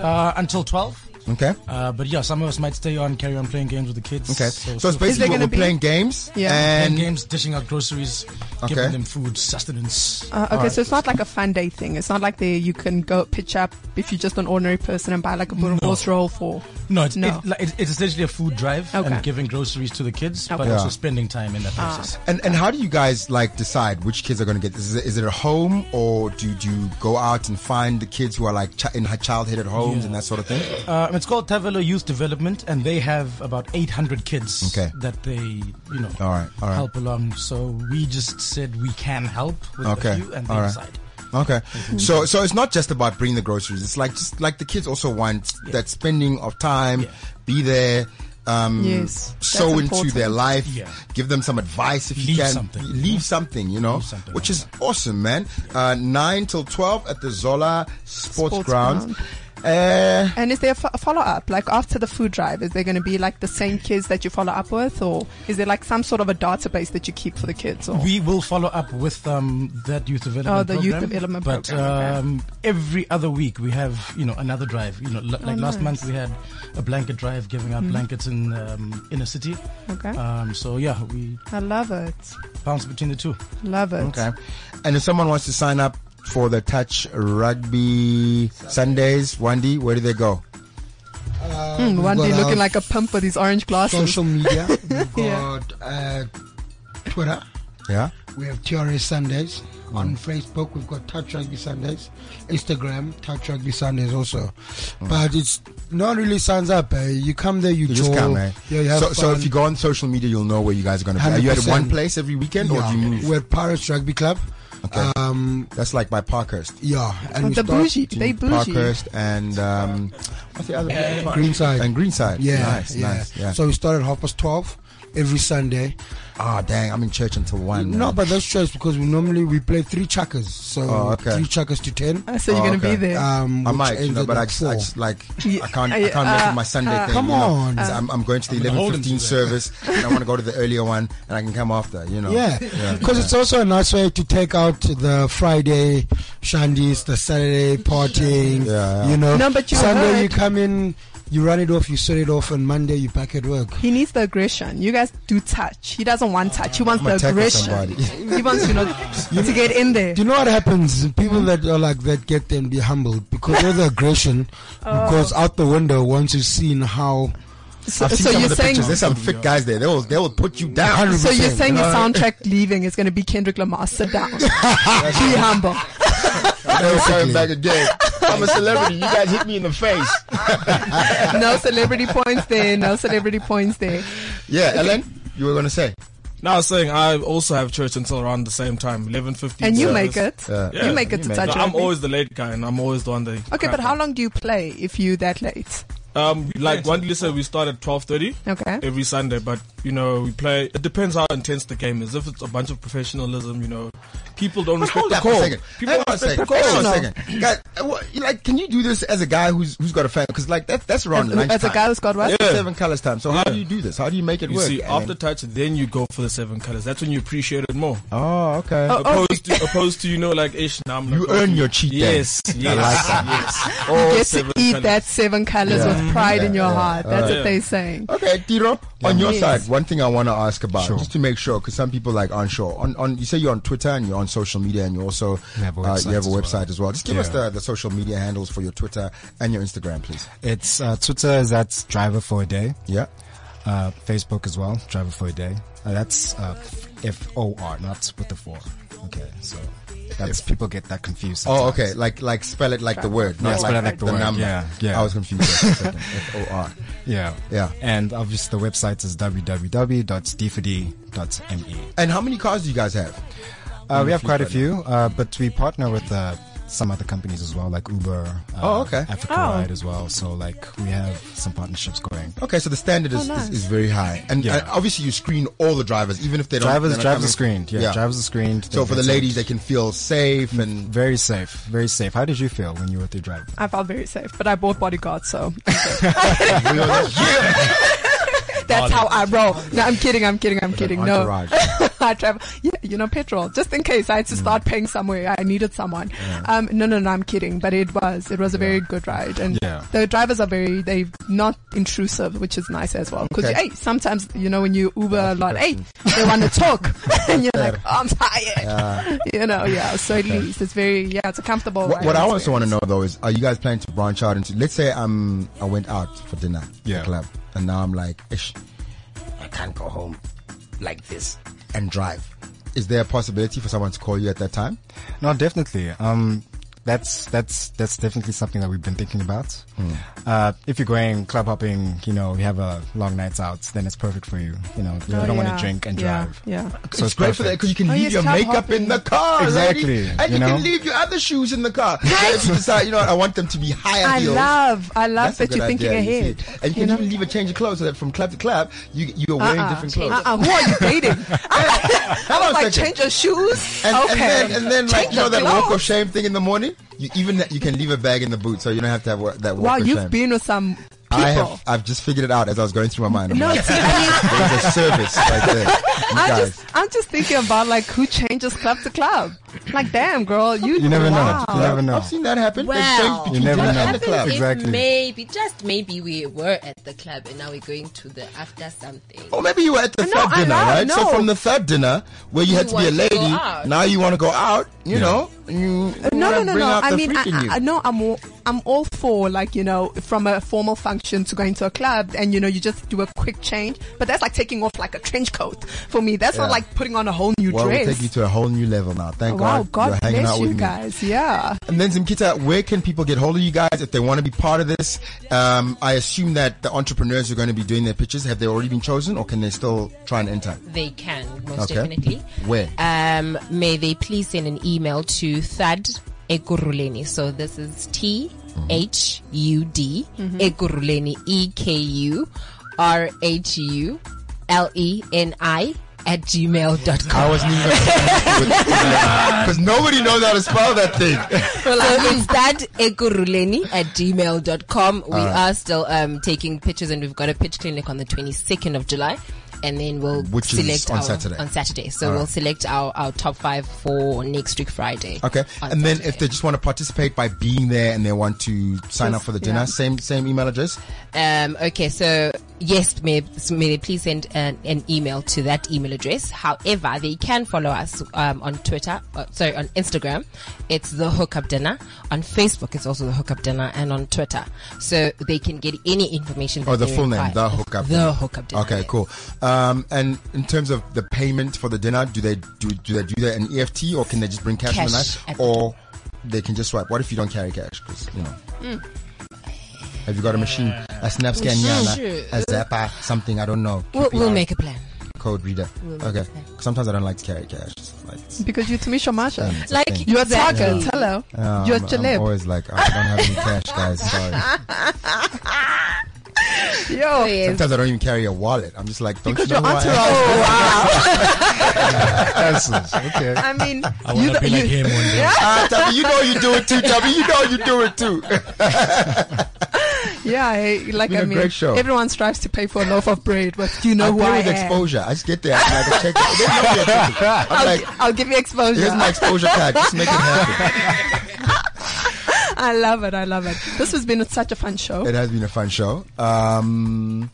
[SPEAKER 7] uh, until 12.
[SPEAKER 2] Okay.
[SPEAKER 7] Uh, but yeah, some of us might stay on, carry on playing games with the kids.
[SPEAKER 2] Okay. So, it's
[SPEAKER 7] still-
[SPEAKER 2] basically
[SPEAKER 4] gonna
[SPEAKER 2] what we're
[SPEAKER 4] be-
[SPEAKER 2] playing games
[SPEAKER 4] Yeah.
[SPEAKER 7] playing
[SPEAKER 2] and
[SPEAKER 7] games, dishing out groceries,
[SPEAKER 2] Okay.
[SPEAKER 7] giving them food, sustenance.
[SPEAKER 4] Uh, okay, so it's not like a fun day thing. It's not like the, you can go pitch up if you're just an ordinary person and buy like a
[SPEAKER 7] No.
[SPEAKER 4] Rolls roll for.
[SPEAKER 7] No, it's,
[SPEAKER 4] No.
[SPEAKER 7] it- like, it's- it's essentially a food drive
[SPEAKER 4] Okay.
[SPEAKER 7] and giving groceries to the kids, but
[SPEAKER 4] Okay. Ah.
[SPEAKER 7] also
[SPEAKER 2] Yeah.
[SPEAKER 7] spending time in that process.
[SPEAKER 2] And, and how do you guys like decide which kids are going to get this? Is it, is it at home or do, do you go out and find the kids who are like ch- in childhood at homes and that sort of thing?
[SPEAKER 7] Uh, it's called Tavelo Youth Development, and they have about 800 kids
[SPEAKER 2] Okay.
[SPEAKER 7] that they, you know,
[SPEAKER 2] All right, all right.
[SPEAKER 7] help along. So we just said we can help with
[SPEAKER 2] Okay,
[SPEAKER 7] a few, and they
[SPEAKER 2] all right.
[SPEAKER 7] decide.
[SPEAKER 2] Okay. So so it's not just about bringing the groceries. It's like just like the kids also want that spending of time,
[SPEAKER 7] Yeah.
[SPEAKER 2] be there. Um,
[SPEAKER 4] Yes, that's
[SPEAKER 2] sow into
[SPEAKER 4] important.
[SPEAKER 2] their life,
[SPEAKER 7] Yeah.
[SPEAKER 2] give them some advice if you
[SPEAKER 7] Leave
[SPEAKER 2] can.
[SPEAKER 7] something.
[SPEAKER 2] Leave something, you know,
[SPEAKER 7] something
[SPEAKER 2] which
[SPEAKER 7] like
[SPEAKER 2] is awesome, man. Uh, 9 till 12 at the Zola Sports,
[SPEAKER 4] Sports
[SPEAKER 2] Ground. Uh,
[SPEAKER 4] And is there a, fo- a follow up? Like after the food drive, is there going to be like the same kids that you follow up with, or is there like some sort of a database that you keep for the kids? Or
[SPEAKER 7] We will follow up with um, that youth development.
[SPEAKER 4] Oh, the youth
[SPEAKER 7] program,
[SPEAKER 4] development
[SPEAKER 7] but,
[SPEAKER 4] program,
[SPEAKER 7] um, every other week we have you know another drive. You know, l- like
[SPEAKER 4] Oh,
[SPEAKER 7] last month we had a blanket drive giving out blankets in um, inner city.
[SPEAKER 4] Mm-hmm. okay,
[SPEAKER 7] Um, so yeah, we
[SPEAKER 4] I love it,
[SPEAKER 7] bounce between the two.
[SPEAKER 4] love it.
[SPEAKER 2] Okay. And if someone wants to sign up for the Touch Rugby Sundays, Wandy, where do they go?
[SPEAKER 10] Uh,
[SPEAKER 4] Hmm,
[SPEAKER 10] we've
[SPEAKER 4] one
[SPEAKER 10] got
[SPEAKER 4] day
[SPEAKER 10] our
[SPEAKER 4] looking like a pimp with his orange glasses.
[SPEAKER 10] social media. We've
[SPEAKER 4] Yeah.
[SPEAKER 10] got uh, Twitter.
[SPEAKER 2] Yeah.
[SPEAKER 10] We have TRS Sundays.
[SPEAKER 2] Mm.
[SPEAKER 10] On Facebook, we've got Touch Rugby Sundays. Instagram, Touch Rugby Sundays also. But it's not really signs up. Eh? You come there, you,
[SPEAKER 2] Mm. You
[SPEAKER 10] join.
[SPEAKER 2] just come, eh?
[SPEAKER 10] Yeah, you have
[SPEAKER 2] so, so
[SPEAKER 10] fun.
[SPEAKER 2] if you go on social media, you'll know where you guys are going to be. Are you at
[SPEAKER 10] 100%.
[SPEAKER 2] one place every weekend or do you move?
[SPEAKER 10] We're at Paris Rugby Club.
[SPEAKER 2] Okay.
[SPEAKER 10] Um,
[SPEAKER 2] That's like by Parkhurst.
[SPEAKER 10] yeah, and
[SPEAKER 4] Oh,
[SPEAKER 10] we
[SPEAKER 4] the
[SPEAKER 10] start
[SPEAKER 4] bougie, they bougie.
[SPEAKER 2] Parkhurst and um, what's the other place?
[SPEAKER 10] Greenside.
[SPEAKER 2] and Greenside.
[SPEAKER 10] yeah,
[SPEAKER 2] nice,
[SPEAKER 10] yeah.
[SPEAKER 2] nice. Yeah.
[SPEAKER 10] So we start at half past twelve every Sunday.
[SPEAKER 2] ah, dang, I'm in church until one.
[SPEAKER 10] No,
[SPEAKER 2] man.
[SPEAKER 10] but that's choice because we normally we play three chuckers. So
[SPEAKER 2] eh? Oh, okay.
[SPEAKER 10] three chuckers to ten.
[SPEAKER 4] Uh, so you're
[SPEAKER 2] Oh,
[SPEAKER 4] going to
[SPEAKER 2] okay.
[SPEAKER 4] be there.
[SPEAKER 10] Um,
[SPEAKER 2] I
[SPEAKER 10] which
[SPEAKER 2] might, you
[SPEAKER 10] ends
[SPEAKER 2] know,
[SPEAKER 10] at
[SPEAKER 2] but I
[SPEAKER 10] like
[SPEAKER 2] just,
[SPEAKER 10] four.
[SPEAKER 2] I just like
[SPEAKER 4] Ye-
[SPEAKER 2] I can't,
[SPEAKER 4] uh,
[SPEAKER 2] I can't make it my Sunday thing.
[SPEAKER 10] come
[SPEAKER 2] you know.
[SPEAKER 10] on.
[SPEAKER 2] So I'm, I'm going to the
[SPEAKER 7] gonna hold
[SPEAKER 2] 11:15
[SPEAKER 7] him to that.
[SPEAKER 2] service, and I want to go to the earlier one, and I can come after. You know,
[SPEAKER 10] Yeah, because it's also a nice way to take out the Friday shandies, the Saturday partying.
[SPEAKER 2] Yeah, yeah.
[SPEAKER 10] You know,
[SPEAKER 4] No, but you
[SPEAKER 10] Sunday
[SPEAKER 4] heard-
[SPEAKER 10] you come in, you run it off, you set it off, and Monday you back at work.
[SPEAKER 4] He needs the aggression. You guys do touch. He doesn't want touch. He wants
[SPEAKER 2] I'm gonna
[SPEAKER 4] the
[SPEAKER 2] tackle
[SPEAKER 4] aggression.
[SPEAKER 2] somebody.
[SPEAKER 4] he wants you know to get in there.
[SPEAKER 10] Do you know what happens? People
[SPEAKER 4] Mm-hmm.
[SPEAKER 10] that are like that get them be humbled because all the aggression
[SPEAKER 4] Oh.
[SPEAKER 10] goes out the window once you've seen how.
[SPEAKER 4] So,
[SPEAKER 2] I've seen
[SPEAKER 4] so
[SPEAKER 2] some
[SPEAKER 4] you're
[SPEAKER 2] of the
[SPEAKER 4] saying
[SPEAKER 2] pictures. There's some fit guys there. They will, they will put you down.
[SPEAKER 4] so you're saying your
[SPEAKER 2] You know?
[SPEAKER 4] soundtrack leaving is going to be Kendrick Lamar. Sit down. Be humble.
[SPEAKER 2] They were coming back again. I'm a celebrity. You guys hit me in the face.
[SPEAKER 4] No celebrity points there. No celebrity points there.
[SPEAKER 2] Yeah, Ellen, you were going to say.
[SPEAKER 8] Now I was saying I also have church until around the same time, eleven fifteen.
[SPEAKER 4] And you make it.
[SPEAKER 2] Yeah.
[SPEAKER 4] You make it to touch.
[SPEAKER 8] I'm
[SPEAKER 4] rugby.
[SPEAKER 8] always the late guy, and I'm always the one that.
[SPEAKER 4] Okay, but how long do you play if you that late?
[SPEAKER 8] Um, like one said, we start at twelve thirty.
[SPEAKER 4] Okay.
[SPEAKER 8] every Sunday, but you know, we play. It depends how intense the game is. If it's a bunch of professionalism, you know, people don't
[SPEAKER 2] But
[SPEAKER 8] respect
[SPEAKER 2] hold
[SPEAKER 8] the
[SPEAKER 2] up a
[SPEAKER 8] call.
[SPEAKER 2] second.
[SPEAKER 8] People
[SPEAKER 2] Hang
[SPEAKER 8] don't
[SPEAKER 2] on a
[SPEAKER 8] respect
[SPEAKER 2] second.
[SPEAKER 8] the call.
[SPEAKER 2] Hang on a second. Guys, uh, what- you like, can you do this as a guy who's who's got a fan? Because like that, that's around
[SPEAKER 4] As,
[SPEAKER 2] lunchtime.
[SPEAKER 4] as a guy who's got what?
[SPEAKER 2] That's
[SPEAKER 8] Yeah.
[SPEAKER 2] seven colors time. So how do you do this? How do you make it
[SPEAKER 8] You
[SPEAKER 2] work?
[SPEAKER 8] see,
[SPEAKER 2] Ellen?
[SPEAKER 8] after touch, then you go for the seven colors. That's when you appreciate it more.
[SPEAKER 2] oh, okay.
[SPEAKER 4] Oh, oh,
[SPEAKER 8] Opposed to, opposed to you know, like ish. Now I'm
[SPEAKER 2] you
[SPEAKER 8] like,
[SPEAKER 2] earn your cheat day.
[SPEAKER 8] Yes, yes,
[SPEAKER 2] I like that.
[SPEAKER 8] yes.
[SPEAKER 4] you
[SPEAKER 8] All
[SPEAKER 4] get to
[SPEAKER 8] seven
[SPEAKER 4] eat
[SPEAKER 8] colours.
[SPEAKER 4] that seven colors
[SPEAKER 2] Yeah.
[SPEAKER 4] with pride in your
[SPEAKER 2] Yeah.
[SPEAKER 4] heart. That's
[SPEAKER 8] Yeah.
[SPEAKER 4] what they're saying.
[SPEAKER 2] Okay, Tiro, on your
[SPEAKER 4] Yes.
[SPEAKER 2] side, one thing I want to ask about, just to make sure, because some people like aren't sure. On, on, you say you're on Twitter and you're on social media, and you also
[SPEAKER 11] have a
[SPEAKER 2] uh, you
[SPEAKER 11] website
[SPEAKER 2] have a
[SPEAKER 11] as well.
[SPEAKER 2] website as well. Just give us the, the social media handles for your Twitter and your Instagram, please.
[SPEAKER 11] It's uh, Twitter is at driver for a day.
[SPEAKER 2] Yeah.
[SPEAKER 11] Uh, Facebook as well, driver for a day. Uh, that's uh, F O R, not with the four. Okay, so that's people get that confused.
[SPEAKER 2] Oh,
[SPEAKER 11] sometimes.
[SPEAKER 2] okay. Like like spell it like the word, not
[SPEAKER 11] Yeah, spell
[SPEAKER 2] like,
[SPEAKER 11] it like the
[SPEAKER 2] the
[SPEAKER 11] word.
[SPEAKER 2] number.
[SPEAKER 11] Yeah, yeah.
[SPEAKER 2] I was confused. F O R.
[SPEAKER 11] Yeah.
[SPEAKER 2] Yeah.
[SPEAKER 11] And obviously the website is www.dfd.me.
[SPEAKER 2] And how many cars do you guys have?
[SPEAKER 11] Uh, e. we have quite a
[SPEAKER 2] right
[SPEAKER 11] few, uh, but we partner with uh, some other companies as well, like Uber. Uh,
[SPEAKER 2] Oh, okay.
[SPEAKER 11] Africa
[SPEAKER 4] Oh.
[SPEAKER 11] Ride as well. So like we have some partnerships going.
[SPEAKER 2] Okay, so the standard is,
[SPEAKER 4] nice.
[SPEAKER 2] is, is very high, and
[SPEAKER 11] Yeah.
[SPEAKER 2] uh, obviously you screen all the drivers, even if they don't.
[SPEAKER 11] Drivers,
[SPEAKER 2] they're not
[SPEAKER 11] drivers are
[SPEAKER 2] coming-
[SPEAKER 11] screened. Yeah, drivers are screened.
[SPEAKER 2] So
[SPEAKER 11] They're
[SPEAKER 2] for the
[SPEAKER 11] vetted.
[SPEAKER 2] ladies, they can feel safe and
[SPEAKER 11] very safe, very safe. How did you feel when you were at the driver?
[SPEAKER 4] I felt very safe, but I bought bodyguards, so that's how I roll. No, I'm kidding. I'm kidding. I'm kidding. No,
[SPEAKER 2] entourage.
[SPEAKER 4] I travel. Yeah, you know, petrol. Just in case I had to
[SPEAKER 2] Mm.
[SPEAKER 4] start paying somewhere, I needed someone. Um, no, no, no, I'm kidding. But it was, it was a very good ride. And
[SPEAKER 9] Yeah.
[SPEAKER 4] the drivers are very, they're not intrusive, which is nice as well. Cause,
[SPEAKER 2] Okay.
[SPEAKER 4] hey, sometimes, you know, when you Uber a lot, hey, they want to talk. and you're like, oh, I'm tired. You know, yeah. So at least it's very, yeah, it's a comfortable
[SPEAKER 2] What,
[SPEAKER 4] ride
[SPEAKER 2] what I
[SPEAKER 4] experience.
[SPEAKER 2] also want to know though is, are you guys planning to branch out into? Let's say um, I went out for dinner, at the
[SPEAKER 9] Yeah.
[SPEAKER 2] club, and now I'm like, Ish, I can't go home like this and drive. Is there a possibility for someone to call you at that time?
[SPEAKER 9] No, definitely. Um, that's that's that's definitely something that we've been thinking about. Uh, if you're going club hopping, you know, you have a long nights out, then it's perfect for you. You know, you
[SPEAKER 4] Oh,
[SPEAKER 9] don't want
[SPEAKER 4] yeah.
[SPEAKER 9] to drink and
[SPEAKER 4] Yeah,
[SPEAKER 9] drive.
[SPEAKER 4] Yeah.
[SPEAKER 9] So
[SPEAKER 2] it's great for that because you can
[SPEAKER 4] Oh,
[SPEAKER 2] leave
[SPEAKER 4] yes,
[SPEAKER 2] your
[SPEAKER 4] club
[SPEAKER 2] makeup in
[SPEAKER 4] hopping.
[SPEAKER 2] the car,
[SPEAKER 9] Exactly,
[SPEAKER 2] lady, and you,
[SPEAKER 9] you know?
[SPEAKER 2] can leave your other shoes in the car. Right? if you decide, you know, what, I want them to be higher
[SPEAKER 4] I
[SPEAKER 2] heels.
[SPEAKER 4] love, I love
[SPEAKER 2] That's a
[SPEAKER 4] that
[SPEAKER 2] good
[SPEAKER 4] you're thinking
[SPEAKER 2] idea, you
[SPEAKER 4] ahead.
[SPEAKER 2] see. and you can even leave a change of clothes so that from club to club, you you are wearing
[SPEAKER 4] Uh-uh.
[SPEAKER 2] different clothes.
[SPEAKER 4] Uh-uh. Who are you dating? I
[SPEAKER 2] Hold on
[SPEAKER 4] was
[SPEAKER 2] a
[SPEAKER 4] like,
[SPEAKER 2] second.
[SPEAKER 4] change your shoes.
[SPEAKER 2] And,
[SPEAKER 4] okay.
[SPEAKER 2] and then, and then like,
[SPEAKER 4] Change
[SPEAKER 2] you know
[SPEAKER 4] your
[SPEAKER 2] that walk of
[SPEAKER 4] clothes.
[SPEAKER 2] shame thing in the morning? You even you can leave a bag in the boot so you don't have to have wa- that walk
[SPEAKER 4] Wow,
[SPEAKER 2] of
[SPEAKER 4] you've
[SPEAKER 2] shame.
[SPEAKER 4] been with some people.
[SPEAKER 2] I have, I've just figured it out as I was going through my mind. I'm
[SPEAKER 4] no,
[SPEAKER 2] like,
[SPEAKER 4] see, I mean,
[SPEAKER 2] there's a service right there. You
[SPEAKER 4] I
[SPEAKER 2] guys.
[SPEAKER 4] just, I'm just thinking about like who changes club to club. Like, damn, girl, you,
[SPEAKER 9] You never
[SPEAKER 4] wow.
[SPEAKER 9] know. You never know.
[SPEAKER 2] I've seen that happen. They've
[SPEAKER 12] Well,
[SPEAKER 2] changed
[SPEAKER 9] You
[SPEAKER 2] between
[SPEAKER 9] never
[SPEAKER 2] dinner
[SPEAKER 9] know.
[SPEAKER 2] and the club.
[SPEAKER 9] Happens. Exactly.
[SPEAKER 12] Maybe, just maybe we were at the club and now we're going to the after something.
[SPEAKER 2] Or maybe you were at the
[SPEAKER 4] No,
[SPEAKER 2] third
[SPEAKER 4] I
[SPEAKER 2] dinner,
[SPEAKER 4] know,
[SPEAKER 2] right? So
[SPEAKER 4] no.
[SPEAKER 2] from the third dinner, where you, had to be a
[SPEAKER 12] want to
[SPEAKER 2] lady,
[SPEAKER 12] go out.
[SPEAKER 2] now you want to go out, you know? and You, you
[SPEAKER 4] No,
[SPEAKER 2] wanna
[SPEAKER 4] no, no,
[SPEAKER 2] bring
[SPEAKER 4] no.
[SPEAKER 2] out
[SPEAKER 4] I
[SPEAKER 2] the
[SPEAKER 4] mean,
[SPEAKER 2] freak in
[SPEAKER 4] I,
[SPEAKER 2] you.
[SPEAKER 4] I, no, I'm all, I'm all for like you know, from a formal function to going to a club, and you know, you just do a quick change. But that's like taking off like a trench coat for me. That's not
[SPEAKER 2] Yeah.
[SPEAKER 4] like putting on a whole new
[SPEAKER 2] well,
[SPEAKER 4] dress.
[SPEAKER 2] we'll take you to a whole new level now. Thank
[SPEAKER 4] wow,
[SPEAKER 2] God,
[SPEAKER 4] God
[SPEAKER 2] you're hanging out
[SPEAKER 4] bless
[SPEAKER 2] with
[SPEAKER 4] you
[SPEAKER 2] me.
[SPEAKER 4] guys. Yeah.
[SPEAKER 2] And then Zimkita, where can people get hold of you guys if they want to be part of this? Um, I assume that the entrepreneurs who are going to be doing their pitches. Have they already been chosen, or can they still try and enter?
[SPEAKER 12] They can, most
[SPEAKER 2] Okay.
[SPEAKER 12] definitely.
[SPEAKER 2] Where?
[SPEAKER 12] Um, may they please send an email to thad ekuruleni. So this is T H U D
[SPEAKER 2] Mm-hmm.
[SPEAKER 12] ekuruleni E K U R H U L E N I at gmail.com.
[SPEAKER 2] I wasn't even because nobody knows how to spell that thing.
[SPEAKER 12] So it's that ekuruleni at gmail.com. We
[SPEAKER 9] Uh.
[SPEAKER 12] are still um, taking pictures and we've got a pitch clinic on the 22nd of July. And then we'll
[SPEAKER 2] Which is
[SPEAKER 12] select
[SPEAKER 2] on
[SPEAKER 12] our,
[SPEAKER 2] Saturday.
[SPEAKER 12] On Saturday, so we'll select our, our top five for next week Friday.
[SPEAKER 2] Okay,
[SPEAKER 12] on
[SPEAKER 2] and then
[SPEAKER 12] Saturday.
[SPEAKER 2] if they just want to participate by being there and they want to sign up for the dinner,
[SPEAKER 4] yeah.
[SPEAKER 2] same same email address.
[SPEAKER 12] Um, okay, so yes, may, may they please send an, an email to that email address. However, they can follow us um, on Twitter, uh, sorry, on Instagram. It's the Hookup Dinner. On Facebook, it's also the Hookup Dinner, and on Twitter, so they can get any information.
[SPEAKER 2] Oh,
[SPEAKER 12] that
[SPEAKER 2] the
[SPEAKER 12] they
[SPEAKER 2] full name,
[SPEAKER 12] require.
[SPEAKER 2] the hookup.
[SPEAKER 12] the
[SPEAKER 2] Dinner.
[SPEAKER 12] Hookup Dinner.
[SPEAKER 2] Okay,
[SPEAKER 12] yes.
[SPEAKER 2] cool. Um, and in terms of the payment for the dinner, do they do do they do that in EFT or can they just bring cash, on the
[SPEAKER 12] Cash
[SPEAKER 2] night,
[SPEAKER 12] at-
[SPEAKER 2] or they can just swipe? What if you don't carry cash? 'Cause, you
[SPEAKER 12] Hmm.
[SPEAKER 2] know. Have you got a machine, a snap scan, Yana, a Zappa, something? I don't know.
[SPEAKER 12] We'll, we'll
[SPEAKER 2] QR
[SPEAKER 12] make a plan.
[SPEAKER 2] code reader. okay. Sometimes I don't like to carry cash. It's like, it's-
[SPEAKER 4] Because you're Tamisha Masha.
[SPEAKER 2] it's a
[SPEAKER 12] Like
[SPEAKER 2] thing.
[SPEAKER 4] You're
[SPEAKER 12] exactly.
[SPEAKER 4] Target. Hello.
[SPEAKER 2] Um,
[SPEAKER 4] you're
[SPEAKER 2] I'm, I'm
[SPEAKER 4] Jaleb.
[SPEAKER 2] always like, I don't have any cash, guys. Sorry.
[SPEAKER 4] Yo.
[SPEAKER 2] Sometimes I don't even carry a wallet. I'm just like, don't
[SPEAKER 4] Because
[SPEAKER 2] you
[SPEAKER 4] your
[SPEAKER 2] know who I am?
[SPEAKER 4] entourage. Oh, wow.
[SPEAKER 9] Excellent. Okay.
[SPEAKER 4] I mean,
[SPEAKER 7] I
[SPEAKER 4] you,
[SPEAKER 7] want to be like him one day.
[SPEAKER 2] Ah, Tubby, you know you do it too, Tubby. You know you do it too.
[SPEAKER 4] yeah, hey, like
[SPEAKER 2] been
[SPEAKER 4] I
[SPEAKER 2] a
[SPEAKER 4] mean,
[SPEAKER 2] great show.
[SPEAKER 4] everyone strives to pay for a loaf of bread, but you know
[SPEAKER 2] I
[SPEAKER 4] who
[SPEAKER 2] play
[SPEAKER 4] I
[SPEAKER 2] with
[SPEAKER 4] am.
[SPEAKER 2] exposure. I just get there. I'm like, I check it. They know me at ticket. I'm
[SPEAKER 4] I'll,
[SPEAKER 2] like,
[SPEAKER 4] gi- I'll give you exposure.
[SPEAKER 2] here's my exposure card. Just make it happen.
[SPEAKER 4] I love it. I love it. This has been such a fun show.
[SPEAKER 2] It has been a fun show. Um,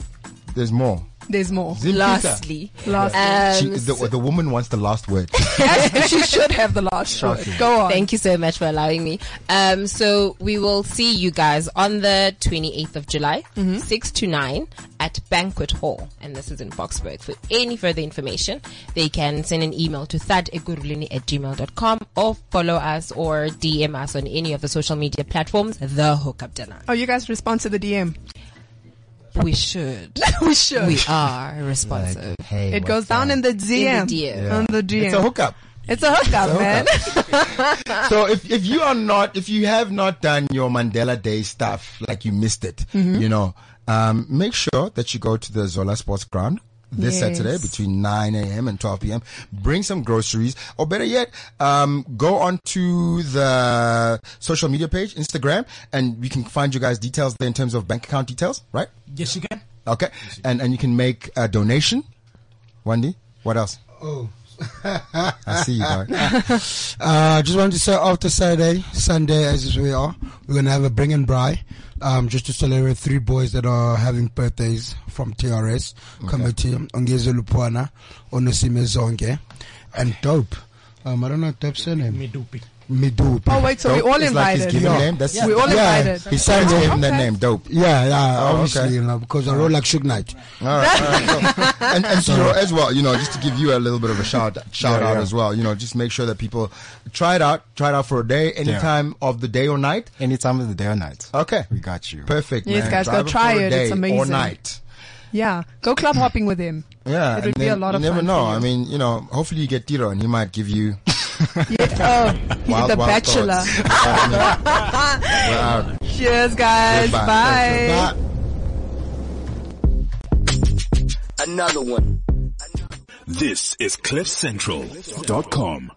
[SPEAKER 2] there's more.
[SPEAKER 4] There's more.
[SPEAKER 2] Zim Peter.
[SPEAKER 12] Lastly,
[SPEAKER 4] Last.
[SPEAKER 2] She,
[SPEAKER 12] um,
[SPEAKER 2] the, the woman wants the last word.
[SPEAKER 4] As she should have the last shot. Go on.
[SPEAKER 12] Uh, Thank you so much for allowing me. Um, so we will see you guys on the 28th of July, 6 to 9 at Banquet Hall. And this is in Boxburg. For any further information, they can send an email to thadegurulini at gmail.com or follow us or DM us on any of the social media platforms, The Hookup Dinner.
[SPEAKER 4] Oh, you guys respond to the DM.
[SPEAKER 12] We should.
[SPEAKER 4] we should.
[SPEAKER 12] We are responsive.
[SPEAKER 2] hey,
[SPEAKER 4] it goes down in the DM.
[SPEAKER 12] In the DM.
[SPEAKER 4] On the DM.
[SPEAKER 2] It's a hookup.
[SPEAKER 4] It's a hookup, man.
[SPEAKER 2] So if, if you are not, if you have not done your Mandela Day stuff, like you missed it,
[SPEAKER 4] Mm-hmm.
[SPEAKER 2] you know, um, make sure that you go to the Zola Sports Ground this
[SPEAKER 4] Yes.
[SPEAKER 2] Saturday between 9 a.m. and 12 p.m. Bring some groceries, or better yet, um, go onto the social media page, Instagram, and we can find you guys details there in terms of bank account details, right?
[SPEAKER 7] Yes, you can.
[SPEAKER 2] Okay. And, and you can make a donation. Wendy, what else?
[SPEAKER 6] Oh,
[SPEAKER 13] I see you, dog.
[SPEAKER 10] uh, just wanted to say after Saturday, Sunday, as is we are, we're going to have a bring and bry. Um, just to celebrate three boys that are having birthdays from TRS committee, Ongezo Lupwana, Onosime Zonge, and Dope. Um, I don't know Dope's surname.
[SPEAKER 7] Midupi.
[SPEAKER 10] Midupi.
[SPEAKER 4] Oh, wait, so
[SPEAKER 10] Dope
[SPEAKER 4] we all
[SPEAKER 10] is like his
[SPEAKER 4] invited.
[SPEAKER 10] given
[SPEAKER 4] Yeah.
[SPEAKER 10] name. That's-
[SPEAKER 4] We all
[SPEAKER 10] Yeah,
[SPEAKER 4] invited.
[SPEAKER 10] He signed
[SPEAKER 4] Okay.
[SPEAKER 10] him that
[SPEAKER 4] Okay.
[SPEAKER 10] name, Dope. Yeah, yeah,
[SPEAKER 2] Oh,
[SPEAKER 10] obviously,
[SPEAKER 2] okay.
[SPEAKER 10] you know, because I roll like Suge Knight.
[SPEAKER 2] and, and so as well, you know, just to give you a little bit of a shout shout
[SPEAKER 13] Yeah,
[SPEAKER 2] out
[SPEAKER 13] yeah.
[SPEAKER 2] as well, you know, just make sure that people try it out, try it out for a day, any
[SPEAKER 13] Yeah.
[SPEAKER 2] time of the day or night.
[SPEAKER 13] Any time of the day or night.
[SPEAKER 2] Okay,
[SPEAKER 13] We got you.
[SPEAKER 2] perfect.
[SPEAKER 4] Yes,
[SPEAKER 2] man.
[SPEAKER 4] guys, go
[SPEAKER 2] Drive
[SPEAKER 4] try
[SPEAKER 2] for a
[SPEAKER 4] it.
[SPEAKER 2] Day
[SPEAKER 4] It's amazing.
[SPEAKER 2] Or night.
[SPEAKER 4] Yeah, go club hopping with him.
[SPEAKER 2] Yeah,
[SPEAKER 4] It
[SPEAKER 2] and
[SPEAKER 4] would be a
[SPEAKER 2] then
[SPEAKER 4] lot
[SPEAKER 2] you
[SPEAKER 4] of
[SPEAKER 2] never
[SPEAKER 4] fun
[SPEAKER 2] know.
[SPEAKER 4] for you.
[SPEAKER 2] I mean, you know, hopefully you get Tiro and he might give you.
[SPEAKER 4] Yeah, oh, he's
[SPEAKER 2] Wild,
[SPEAKER 4] the
[SPEAKER 2] wild
[SPEAKER 4] bachelor.
[SPEAKER 2] thoughts. We're out.
[SPEAKER 4] Cheers, guys.
[SPEAKER 2] Goodbye.
[SPEAKER 4] Bye.
[SPEAKER 2] Bye.
[SPEAKER 14] Another one.
[SPEAKER 1] This is CliffCentral.com.